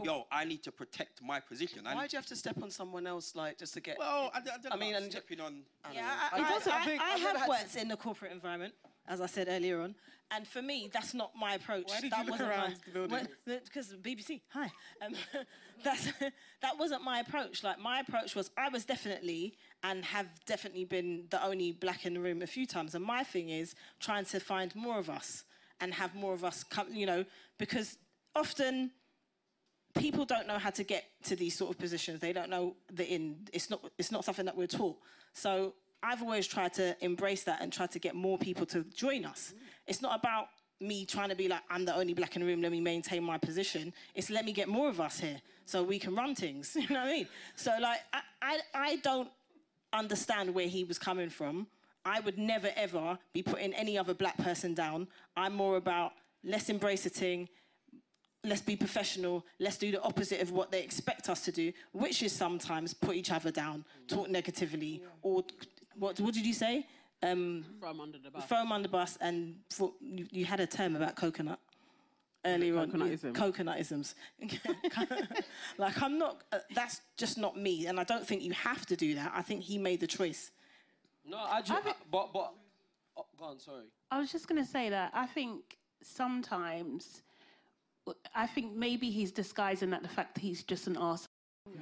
yo, I need to protect my position. I
Why
need-
do you have to step on someone else, like, just to get?
well, I, I, don't know
I mean,
about
and-
stepping on.
Yeah, I,
It
I,
does- I
I-
think-
I
I've never
have
had
worked in the corporate environment, as I said earlier on, and for me, that's not my approach.
Why did
that
you look
wasn't
around the building?
Because BBC, hi. Um, that's that wasn't my approach. Like my approach was, I was definitely and have definitely been the only black in the room a few times, and my thing is trying to find more of us and have more of us come. You know, because often people don't know how to get to these sort of positions. They don't know the in. It's not. It's not something that we're taught. So I've always tried to embrace that and try to get more people to join us. It's not about me trying to be like I'm the only black in the room. Let me maintain my position. It's let me get more of us here so we can run things. You know what I mean? So like I I, I don't understand where he was coming from. I would never ever be putting any other black person down. I'm more about let's embrace a thing, let's be professional, let's do the opposite of what they expect us to do, which is sometimes put each other down, talk negatively, or what, what did you say? Um,
From under the bus.
throw them under the bus and for, you, you had a term about coconut earlier on.
Coconutism.
Coconutisms. like I'm not. Uh, that's just not me, and I don't think you have to do that. I think he made the choice.
No, I just. but, but. Oh, go on, sorry.
I was just going to say that I think sometimes, I think maybe he's disguising that the fact that he's just an arse.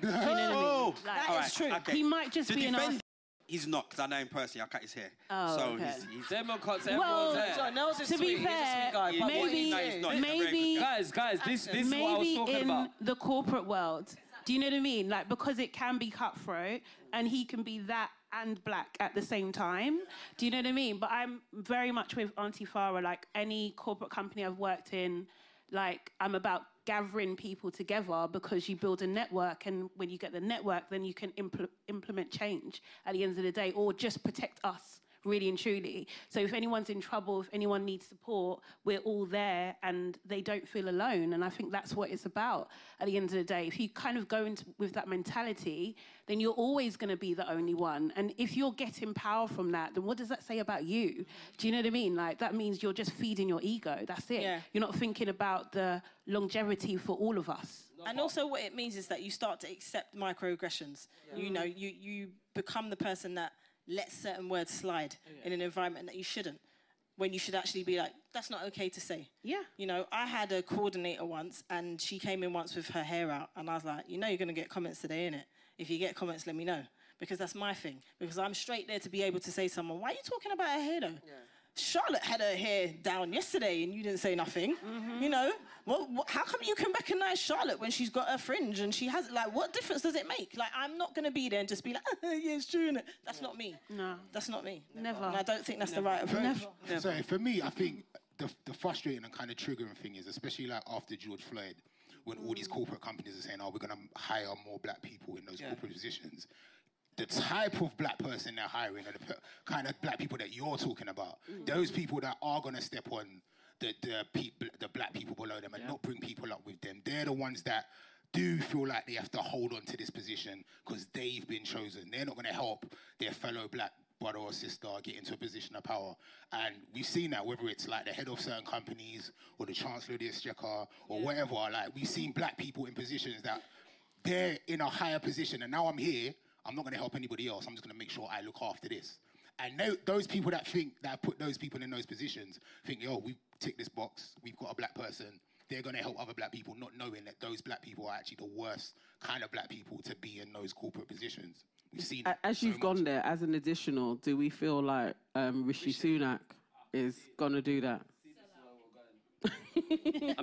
Oh,
Like,
All
It's true.
okay.
He might just
To
be an
defend-
arse.
He's not, because I know him personally. I cut his hair.
Oh,
so
okay.
he's, he's
Democrats,
Well,
everyone's there.
John, Nels is
To
sweet.
be
He's a
fair,
sweet guy, but what
maybe,
he
No, he's not. He's a very
maybe,
good
Guys, guys, this, this is what I was
maybe
talking
in
about.
the corporate world. Do you know what I mean? Like because it can be cutthroat, and he can be that and black at the same time. Do you know what I mean? But I'm very much with Auntie Farah. Like any corporate company I've worked in, like I'm about gathering people together because you build a network, and when you get the network, then you can impl- implement change at the end of the day, or just protect us really and truly. So if anyone's in trouble, if anyone needs support, we're all there and they don't feel alone. And I think that's what it's about at the end of the day. If you kind of go into with that mentality, then you're always going to be the only one. And if you're getting power from that, then what does that say about you? Do you know what I mean? Like that means you're just feeding your ego. That's it.
Yeah.
You're not thinking about the longevity for all of us.
And also, what it means is that you start to accept microaggressions. You know, you you become the person that lets certain words slide in an environment that you shouldn't, when you should actually be like, "That's not okay to say."
Yeah.
You know, I had a coordinator once, and she came in once with her hair out, and I was like, "You know, you're gonna get comments today, innit? If you get comments, let me know." Because that's my thing. Because I'm straight there to be able to say to someone, why are you talking about her hair though? Charlotte had her hair down yesterday and you didn't say nothing.
Mm-hmm.
You know, well, wh- how come you can recognize Charlotte when she's got her fringe and she has like, what difference does it make? Like, I'm not gonna be there and just be like, yeah, it's true. innit?" That's not me.
No.
that's not me.
Never.
And I don't think that's the right approach.
So for me, I think the, the frustrating and kind of triggering thing is, especially like after George Floyd, when all
Mm.
these corporate companies are saying, "Oh, we're going to hire more black people in those corporate positions." The type of black person they're hiring are the pe- kind of black people that you're talking about.
Mm.
Those people that are going to step on the the, peop- the black people below them and not bring people up with them. They're the ones that do feel like they have to hold on to this position because they've been chosen. They're not going to help their fellow black brother or sister get into a position of power. And we've seen that, whether it's like the head of certain companies or the chancellor of the exchequer or whatever, like we've seen black people in positions that they're in a higher position. And now I'm here, I'm not going to help anybody else. I'm just going to make sure I look after this. And tho- those people that think that put those people in those positions think, yo, we tick this box, we've got a black person, they're going to help other black people, not knowing that those black people are actually the worst kind of black people to be in those corporate positions. We've seen it
A- As
so
you've
much.
gone there, as an additional, do we feel like um, Rishi Sunak is going to do that?
I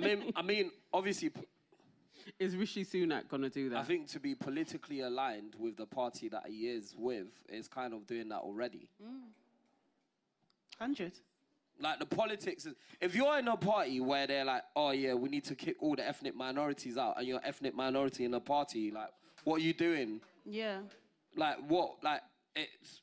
mean, I mean, obviously, p-
Is Rishi Sunak going to do that?
I think to be politically aligned with the party that he is with is kind of doing that already.
100.
Like the politics, is, if you're in a party where they're like, oh yeah, we need to kick all the ethnic minorities out, and you're an ethnic minority in a party, like, what are you doing?
Yeah.
Like what? Like it's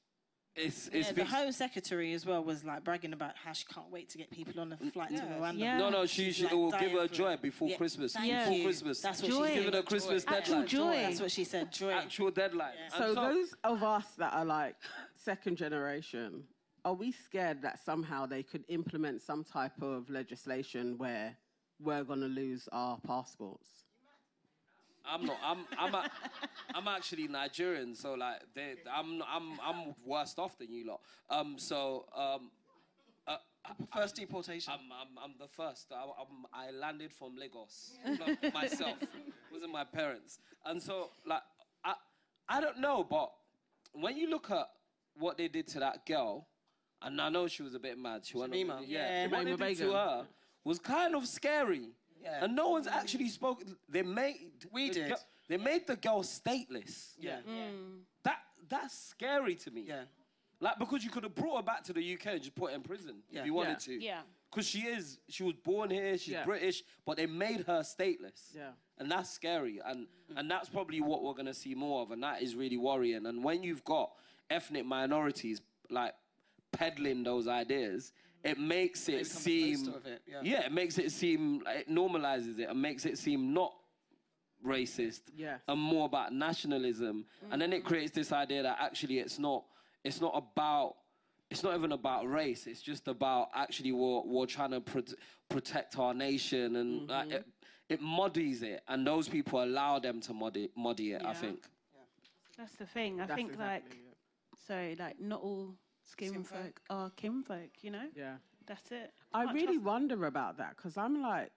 it's it's
Yeah, the
been-
Home Secretary as well was like bragging about how she can't wait to get people on the flight to Rwanda.
Yeah.
No, no, she, she
like
it will give
dying
her
for
joy
it.
before
Yeah,
Christmas.
thank
Before
you.
Christmas.
That's what
Joy.
she's
Give it a Christmas
Actual
deadline.
joy.
That's what she said. Joy.
Actual deadline. And
So those of us that are like second generation, are we scared that somehow they could implement some type of legislation where we're going to lose our passports?
I'm not. I'm. I'm. A, I'm actually Nigerian, so like, they, I'm. I'm. I'm worse off than you lot. Um. So um. Uh,
First deportation.
I'm, I'm, I'm the first. I, I'm, I landed from Lagos not myself. It wasn't my parents. And so, like, I, I don't know, but when you look at what they did to that girl, and I know she was a bit mad. She went, yeah, yeah. what they
Jemima
did to
Begum.
her was kind of scary. And no one's actually spoken. They made we
did.
they made the girl stateless.
yeah.
Mm.
That that's scary to me.
Yeah.
Like because you could have brought her back to the UK and just put her in prison if you wanted
Yeah.
to.
Yeah.
Because she is, she was born here, she's
Yeah.
British, but they made her stateless.
Yeah.
And that's scary. And and that's probably what we're gonna see more of, and that is really worrying. And when you've got ethnic minorities like peddling those ideas, it makes it
become a
seem
poster of it, yeah.
it makes it seem it normalizes it and makes it seem not racist
Yes.
and more about nationalism and then it creates this idea that actually it's not it's not about it's not even about race it's just about actually we're, we're trying to prot- protect our nation and like, it, it muddies it and those people allow them to muddy, muddy it i
Yeah.
think
That's the thing. I think, like, so, like, not all skin folk are kinfolk, you know?
Yeah.
That's it.
I
Can't
really
trust-
wonder about that because I'm like,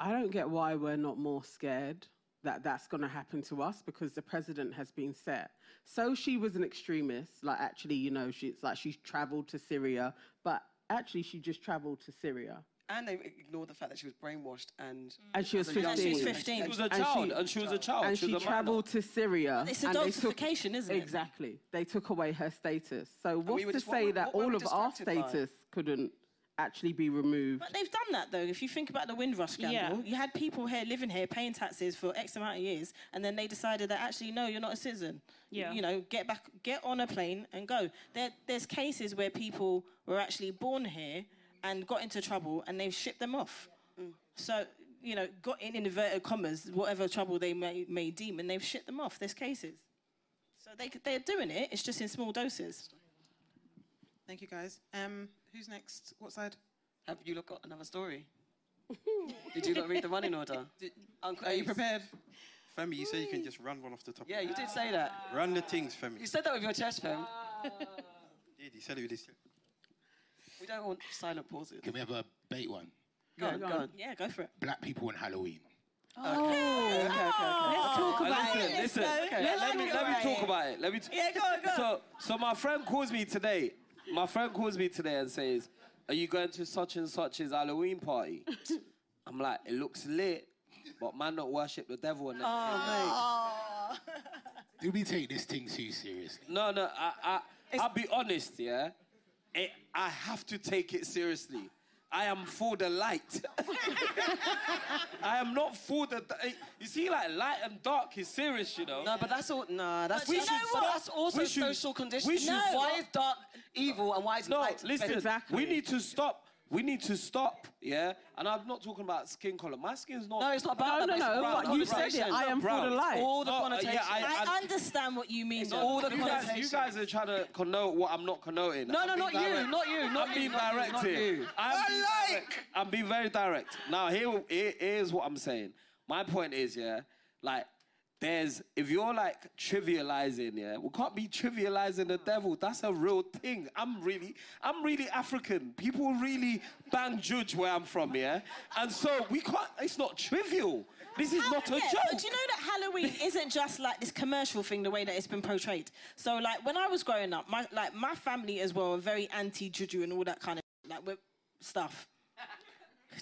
I don't get why we're not more scared that that's going to happen to us because the president has been set. So she was an extremist, like actually, you know, she, it's like she's traveled to Syria, but actually she just traveled to Syria
And they ignored the fact that she was brainwashed and
and she was
And
15.
then
and
she
she
was
was
Fifteen.
15.
she was a child and she was a child
and
she,
she
was a minor.
traveled to Syria.
It's
and they took-
adultification, isn't it?
Exactly. They took away her status. So what's
were
to
just- what
say
were-
that
what were
all
we
of our
distracted by?
status couldn't actually be removed.
But they've done that though. If you think about the Windrush scandal,
Yeah.
you had people here living here paying taxes for X amount of years, and then they decided that actually no, you're not a citizen. You-
Yeah.
You know, get back, get on a plane and go. There, there's cases where people were actually born here and got into trouble, and they've shipped them off.
Mm.
So you know, got in inverted commas, whatever trouble they may, may deem, and they've shipped them off. There's cases. So they, c- they're doing it. It's just in small doses.
Thank you, guys. Um, who's next? What side?
Have you lot got another story? Did you not read the running order? Uncle
Are you
Ace.
prepared?
Femi, you say you can just run one off the top.
Yeah, you did say that.
Run the things, Femi.
You said that with your chest, fam.
Ah.
He did, he said it with his.
We don't want silent pauses.
Can we have a bait one?
Go on, go on.
Yeah, go for it.
Black people on Halloween.
Okay, okay, okay.
Let's talk
Uh,
about
listen,
it.
listen.
Okay.
Let, let me, let me talk about it. Let me. T-
Yeah, go on, go on.
So, so my friend calls me today. My friend calls me today and says, "Are you going to such and such's Halloween party?" I'm like, "It looks lit, but man, not worship the devil." And everything."
Do we take this thing too seriously?
No, no, I, I, I'll be honest, yeah. It, I have to take it seriously. I am for the light. I am not for the. d- eh, You see, like light and dark is serious, you know.
No, but that's all. Nah, that's
We
that's,
should
but
stop-
that's also
we should-
social
we
conditioning.
should
why
stop-
is dark evil and why is
No,
light
listen.
better?
Exactly.
We need to stop. We need to stop. Yeah, and I'm not talking about skin color. My skin's not.
No, it's not about
No, no,
that, but it's
no,
brown,
but
not
you
brown.
said it. I am for
brown.
the light.
All the
No, uh, yeah,
connotations.
I-
Oh, I understand what you mean.
It's
though.
all the
You guys, you
connotations.
guys are trying to connote what I'm not connoting.
No,
I'm
no,
being
not you, not you, not
I'm
you,
being
not you,
direct
not
here.
you.
I'm being direct. I'm being very direct. Now, here, here is what I'm saying. My point is, yeah, like, there's, if you're like trivializing, yeah, we can't be trivializing the devil. That's a real thing. I'm really, I'm really African. People really bang judge where I'm from, yeah? And so we can't, it's not trivial. This is not a
Yeah,
joke.
But do you know that Halloween isn't just like this commercial thing, the way that it's been portrayed. So like when I was growing up, my like my family as well are very anti juju and all that kind of like with stuff.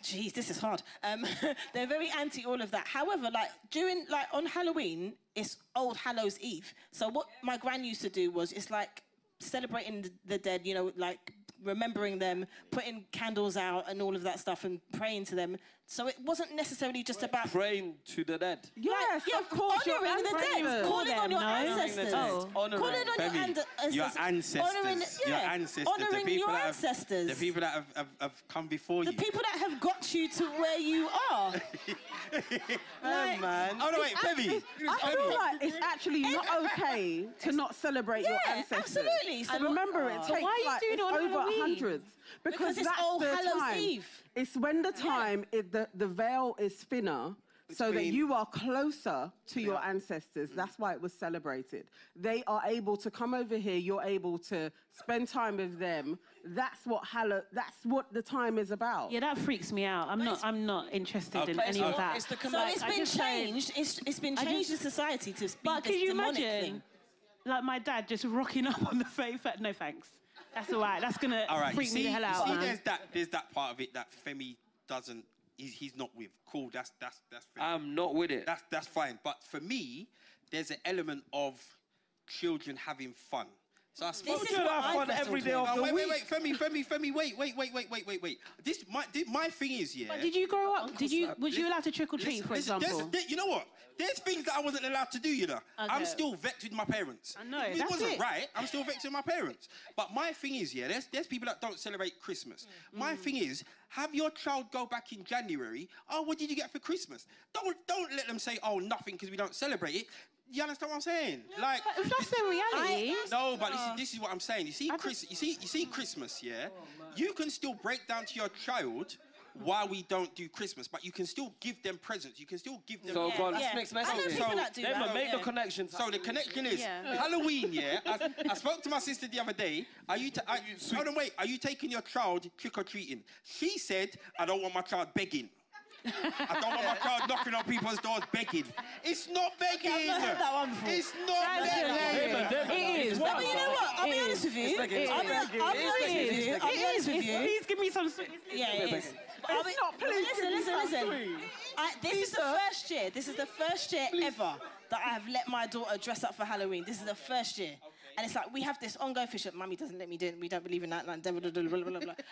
Jeez, this is hard. Um, they're very anti all of that. However, like during like on Halloween, it's Old Hallows Eve. So what my gran used to do was it's like celebrating th- the dead. You know, like remembering them, putting candles out, and all of that stuff, and praying to them. So it wasn't necessarily just about
Praying to the dead.
Yes,
yeah,
of course. your
Honoring the dead,
ancestors.
calling on your
No.
ancestors.
Oh.
Calling on your
Femi,
ande- ancestors.
your ancestors,
Honoring, yeah,
your ancestors,
Honoring
the people
your
that have,
ancestors.
the people that have, have, have come before
The
you.
people that have got you to where you are. Like,
man.
oh no, wait, Femi.
I feel like it's actually not okay to not celebrate your
Yeah,
ancestors.
absolutely. So
and
what-
remember, it takes
why are you
like,
doing
it's
it on
over
Halloween?
hundreds because,
Because it's
that's
All
the
Hallows
time.
Eve.
It's when the time it, the the veil is thinner. So that
Between-
you are closer to your ancestors. That's why it was celebrated. They are able to come over here. You're able to spend time with them. That's what hallow. That's what the time is about.
Yeah, that freaks me out. I'm not. I'm not interested in
but it's
any of
not-
that.
it's the
so
like,
it's
I
been
just say-
changed. It's, it's been changed in society to speak
But
this
could you
demonic
imagine,
thing.
like my dad just rocking up on the faith? fe- No thanks. That's all right. That's gonna
All right,
freak
you see,
me the hell
you
out,
see
man.
there's that there's that part of it that Femi doesn't. He's, he's not with. Cool, that's that's that's. Femi.
I'm not with it.
That's that's fine. But for me, there's an element of children having fun. So I spoke
is
to
what
her
I
fun
felt
every day
all day.
of
Oh,
the
wait,
week. Wait, wait, Femi, Femi, Femi, wait, wait, wait, wait, wait, wait, wait. This my thi- my thing is yeah.
Did you grow up? Did you? Was you allowed to trick or
Listen,
treat, for
listen, there's-
example?
there- you know what? There's things that I wasn't allowed to do, you know. I'm
Okay.
still vexed with my parents.
I know,
It
that's
wasn't
it.
right. I'm still vexed with my parents. But my thing is, yeah, there's, there's people that don't celebrate Christmas. My
Mm-hmm.
thing is, have your child go back in January. Oh, what did you get for Christmas? Don't don't let them say, oh, nothing, because we don't celebrate it. You understand what I'm saying? like,
But if that's their reality.
no,
Oh.
but this is, this is what I'm saying. You see, Chris, you see, you see, Christmas. Yeah, you can still break down to your child why we don't do Christmas, but you can still give them presents. You can still give them.
So
Yeah,
go on.
yeah.
Let's make- let's
I know
make-
people
so-
that do
Emma,
that.
make
yeah.
the connection.
So the connection is
Yeah.
Halloween. Yeah, I, I spoke to my sister the other day. Are you? Ta- are you hold on, wait. Are you taking your child trick or treating? She said, "I don't want my child begging." I don't want my child knocking on people's doors begging. It's not begging.
not heard that one before.
It's not begging.
It is.
But you know what? I'll be honest with you. I'll be I'll be honest with you. I'll
It
be
is.
honest with you.
Please give me some. sweet-
Yeah, it is. But I'll be-
not,
but
please,
Listen,
give me
listen,
some
listen.
sweet.
I- This is the first year. This is the first year ever that I have let my daughter dress up for Halloween. This is the first year. And it's like, we have this ongoing fish that mummy doesn't let me do it. We don't believe in that. Like, blah, blah, blah, blah, blah, blah. Uh,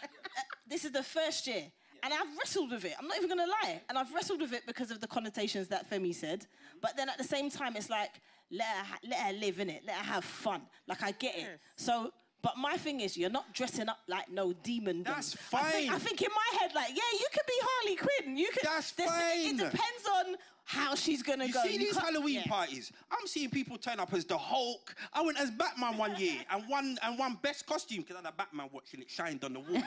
This is the first year. And I've wrestled with it. I'm not even going to lie. And I've wrestled with it because of the connotations that Femi said.
Mm-hmm.
But then at the same time, it's like, let her, ha- let her live in it. Let her have fun. Like, I get it. So, but my thing is, you're not dressing up like no demon.
That's
I think, I
fine.
think in my head, like, yeah, you could be Harley Quinn. You could.
That's
this-
fine.
It depends on how she's gonna
You
go.
see these
can't-
Halloween
yeah.
parties. I'm seeing people turn up as the Hulk. I went as Batman one year and one and one best costume because I had a Batman watch and it shined on the
Oh,
wall. Yeah?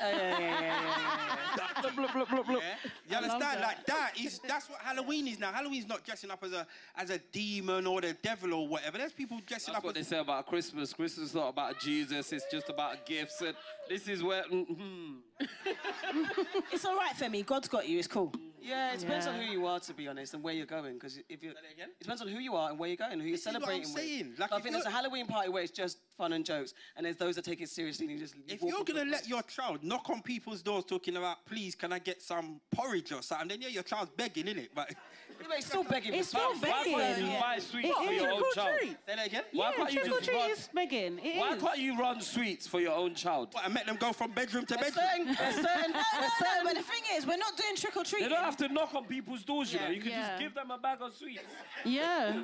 You understand? Like that is that's what Halloween is now. Halloween's not dressing up as a as a demon or the devil or whatever. There's people dressing
That's
up
what they
as
say about Christmas. Christmas is not about Jesus. It's just about gifts. And this is where. mhm.
It's all right, Femi. God's got you. It's
Mm.
cool.
Yeah, it depends on
Yeah.
who you are, to be honest, and where you're going. Because if you, it depends on who you are and where you're going, who you're
is what I'm
celebrating with.
saying, like,
Like, I
if
think there's a
you're-
Halloween party where it's just fun and jokes, and there's those that take it seriously and you just.
if
walk
you're
up to
gonna
them.
let your child knock on people's doors talking about, please, can I get some porridge or something? Then yeah, your child's begging, innit? But
Anyway, it's still begging.
It's
for
still
fun.
Why can't you
begging.
buy sweets
It
for
is
your
trick
own
or
child?
treat.
Say that again.
Why
Yeah,
can't you
trick or
just
treat
run?
is begging. It
Why
is.
can't you run sweets for your own child?
I make them go from bedroom to
There's
bedroom.
certain, there's certain,
No, no,
there's
no,
certain
But the thing is, we're not doing trick or treat.
They don't have to knock on people's doors, you know. You can
Yeah.
just give them a bag of sweets.
Yeah.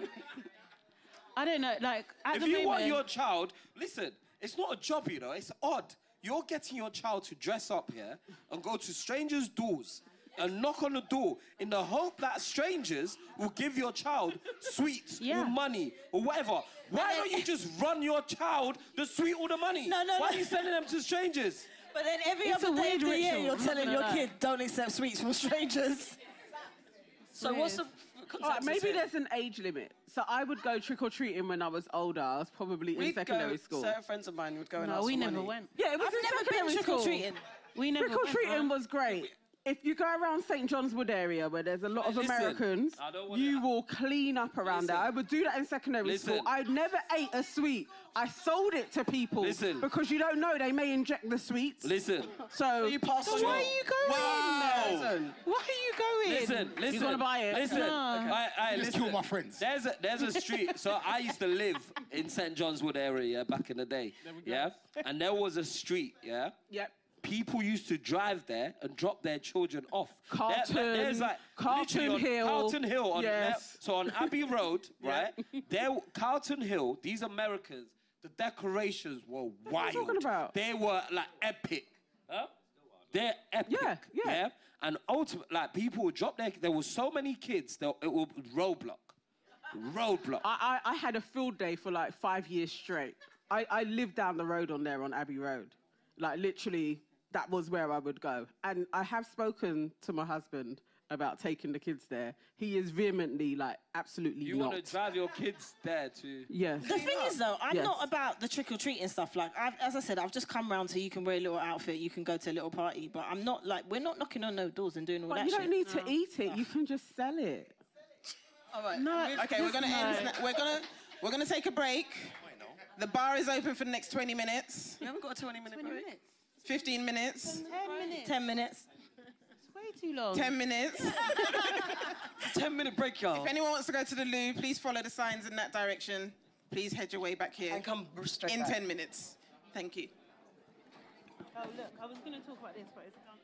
I don't know. Like at
if
the
you
moment,
want your child, listen, it's not a job, you know, it's odd. You're getting your child to dress up here and go to strangers' doors and knock on the door in the hope that strangers will give your child sweets
Yeah.
or money or whatever. Why
And
don't
then-
you just run your child the sweet or the money?
No, no,
Why
no.
are you sending them to strangers?
But then every
It's
other
a
day of
weird
the year,
ritual,
you're
I'm not
telling
gonna
your
lie.
kid, don't accept sweets from strangers.
So what's the
All right,
consensus
maybe
here?
there's an age limit. So I would go trick or treating when I was older. I was probably in
We'd
secondary
go,
school.
Certain friends of mine would go and
no,
ask
we
for
never
money.
went.
Yeah, it was
I've
in
never been
secondary
trick or
school.
treating.
We never
Trick or
went,
treating
right?
was great. If you go around St John's Wood area where there's a lot of
Listen,
Americans,
I don't wanna-
you will clean up around there.
Listen.
I would do that in secondary school.
Listen.
I never ate a sweet. I sold it to people
Listen.
because you don't know they may inject the sweets.
Listen,
So,
You pass
So
on
why are
your-
you going?
Listen,
Why are you going?
listen, listen.
You want to buy it?
Listen, I, I,
Just
listen.
kill my friends.
There's a there's a street. so I used to live in St John's Wood area yeah, back in the day. Yeah, and there was a street. Yeah.
Yep.
people used to drive there and drop their children off. There-
Carlton-
there's like
Carlton
literally on
Hill.
Carlton Hill. On
Yes.
there- so on Abbey Road, right? There, Carlton Hill. These Americans, the decorations were wild.
That's what I'm talking about.
They were like epic. Huh? They're epic.
Yeah, yeah.
And ultimately, like people would drop their. There were so many kids. That it would roadblock. Roadblock.
I, I, I had a field day for like five years straight. I, I lived down the road on there on Abbey Road. Like literally, that was where I would go. And I have spoken to my husband about taking the kids there. He is vehemently like absolutely
you
not.
want to drive your kids there to?
yes.
The thing is, though, I'm
Yes.
not about the trick or treating stuff. Like, I've, as I said, I've just come round to you can wear a little outfit, you can go to a little party, but I'm not like we're not knocking on no doors and doing all
But
that.
you don't
shit.
need to eat it. You can just sell it.
All right.
No,
okay, we're
just
gonna end.
no.
sna- We're gonna we're gonna take a break. The bar is open for the next 20 minutes,
we haven't got a 20 minute break.
15 minutes,
Ten minutes.
Ten minutes.
It's way too long.
10 minutes. if
10 minute break, y'all.
anyone wants to go to the loo, please follow the signs in that direction. Please head your way back here
And come straight
in
back.
10 minutes. Thank you.
Oh look, I was going to talk about this, but it's gone.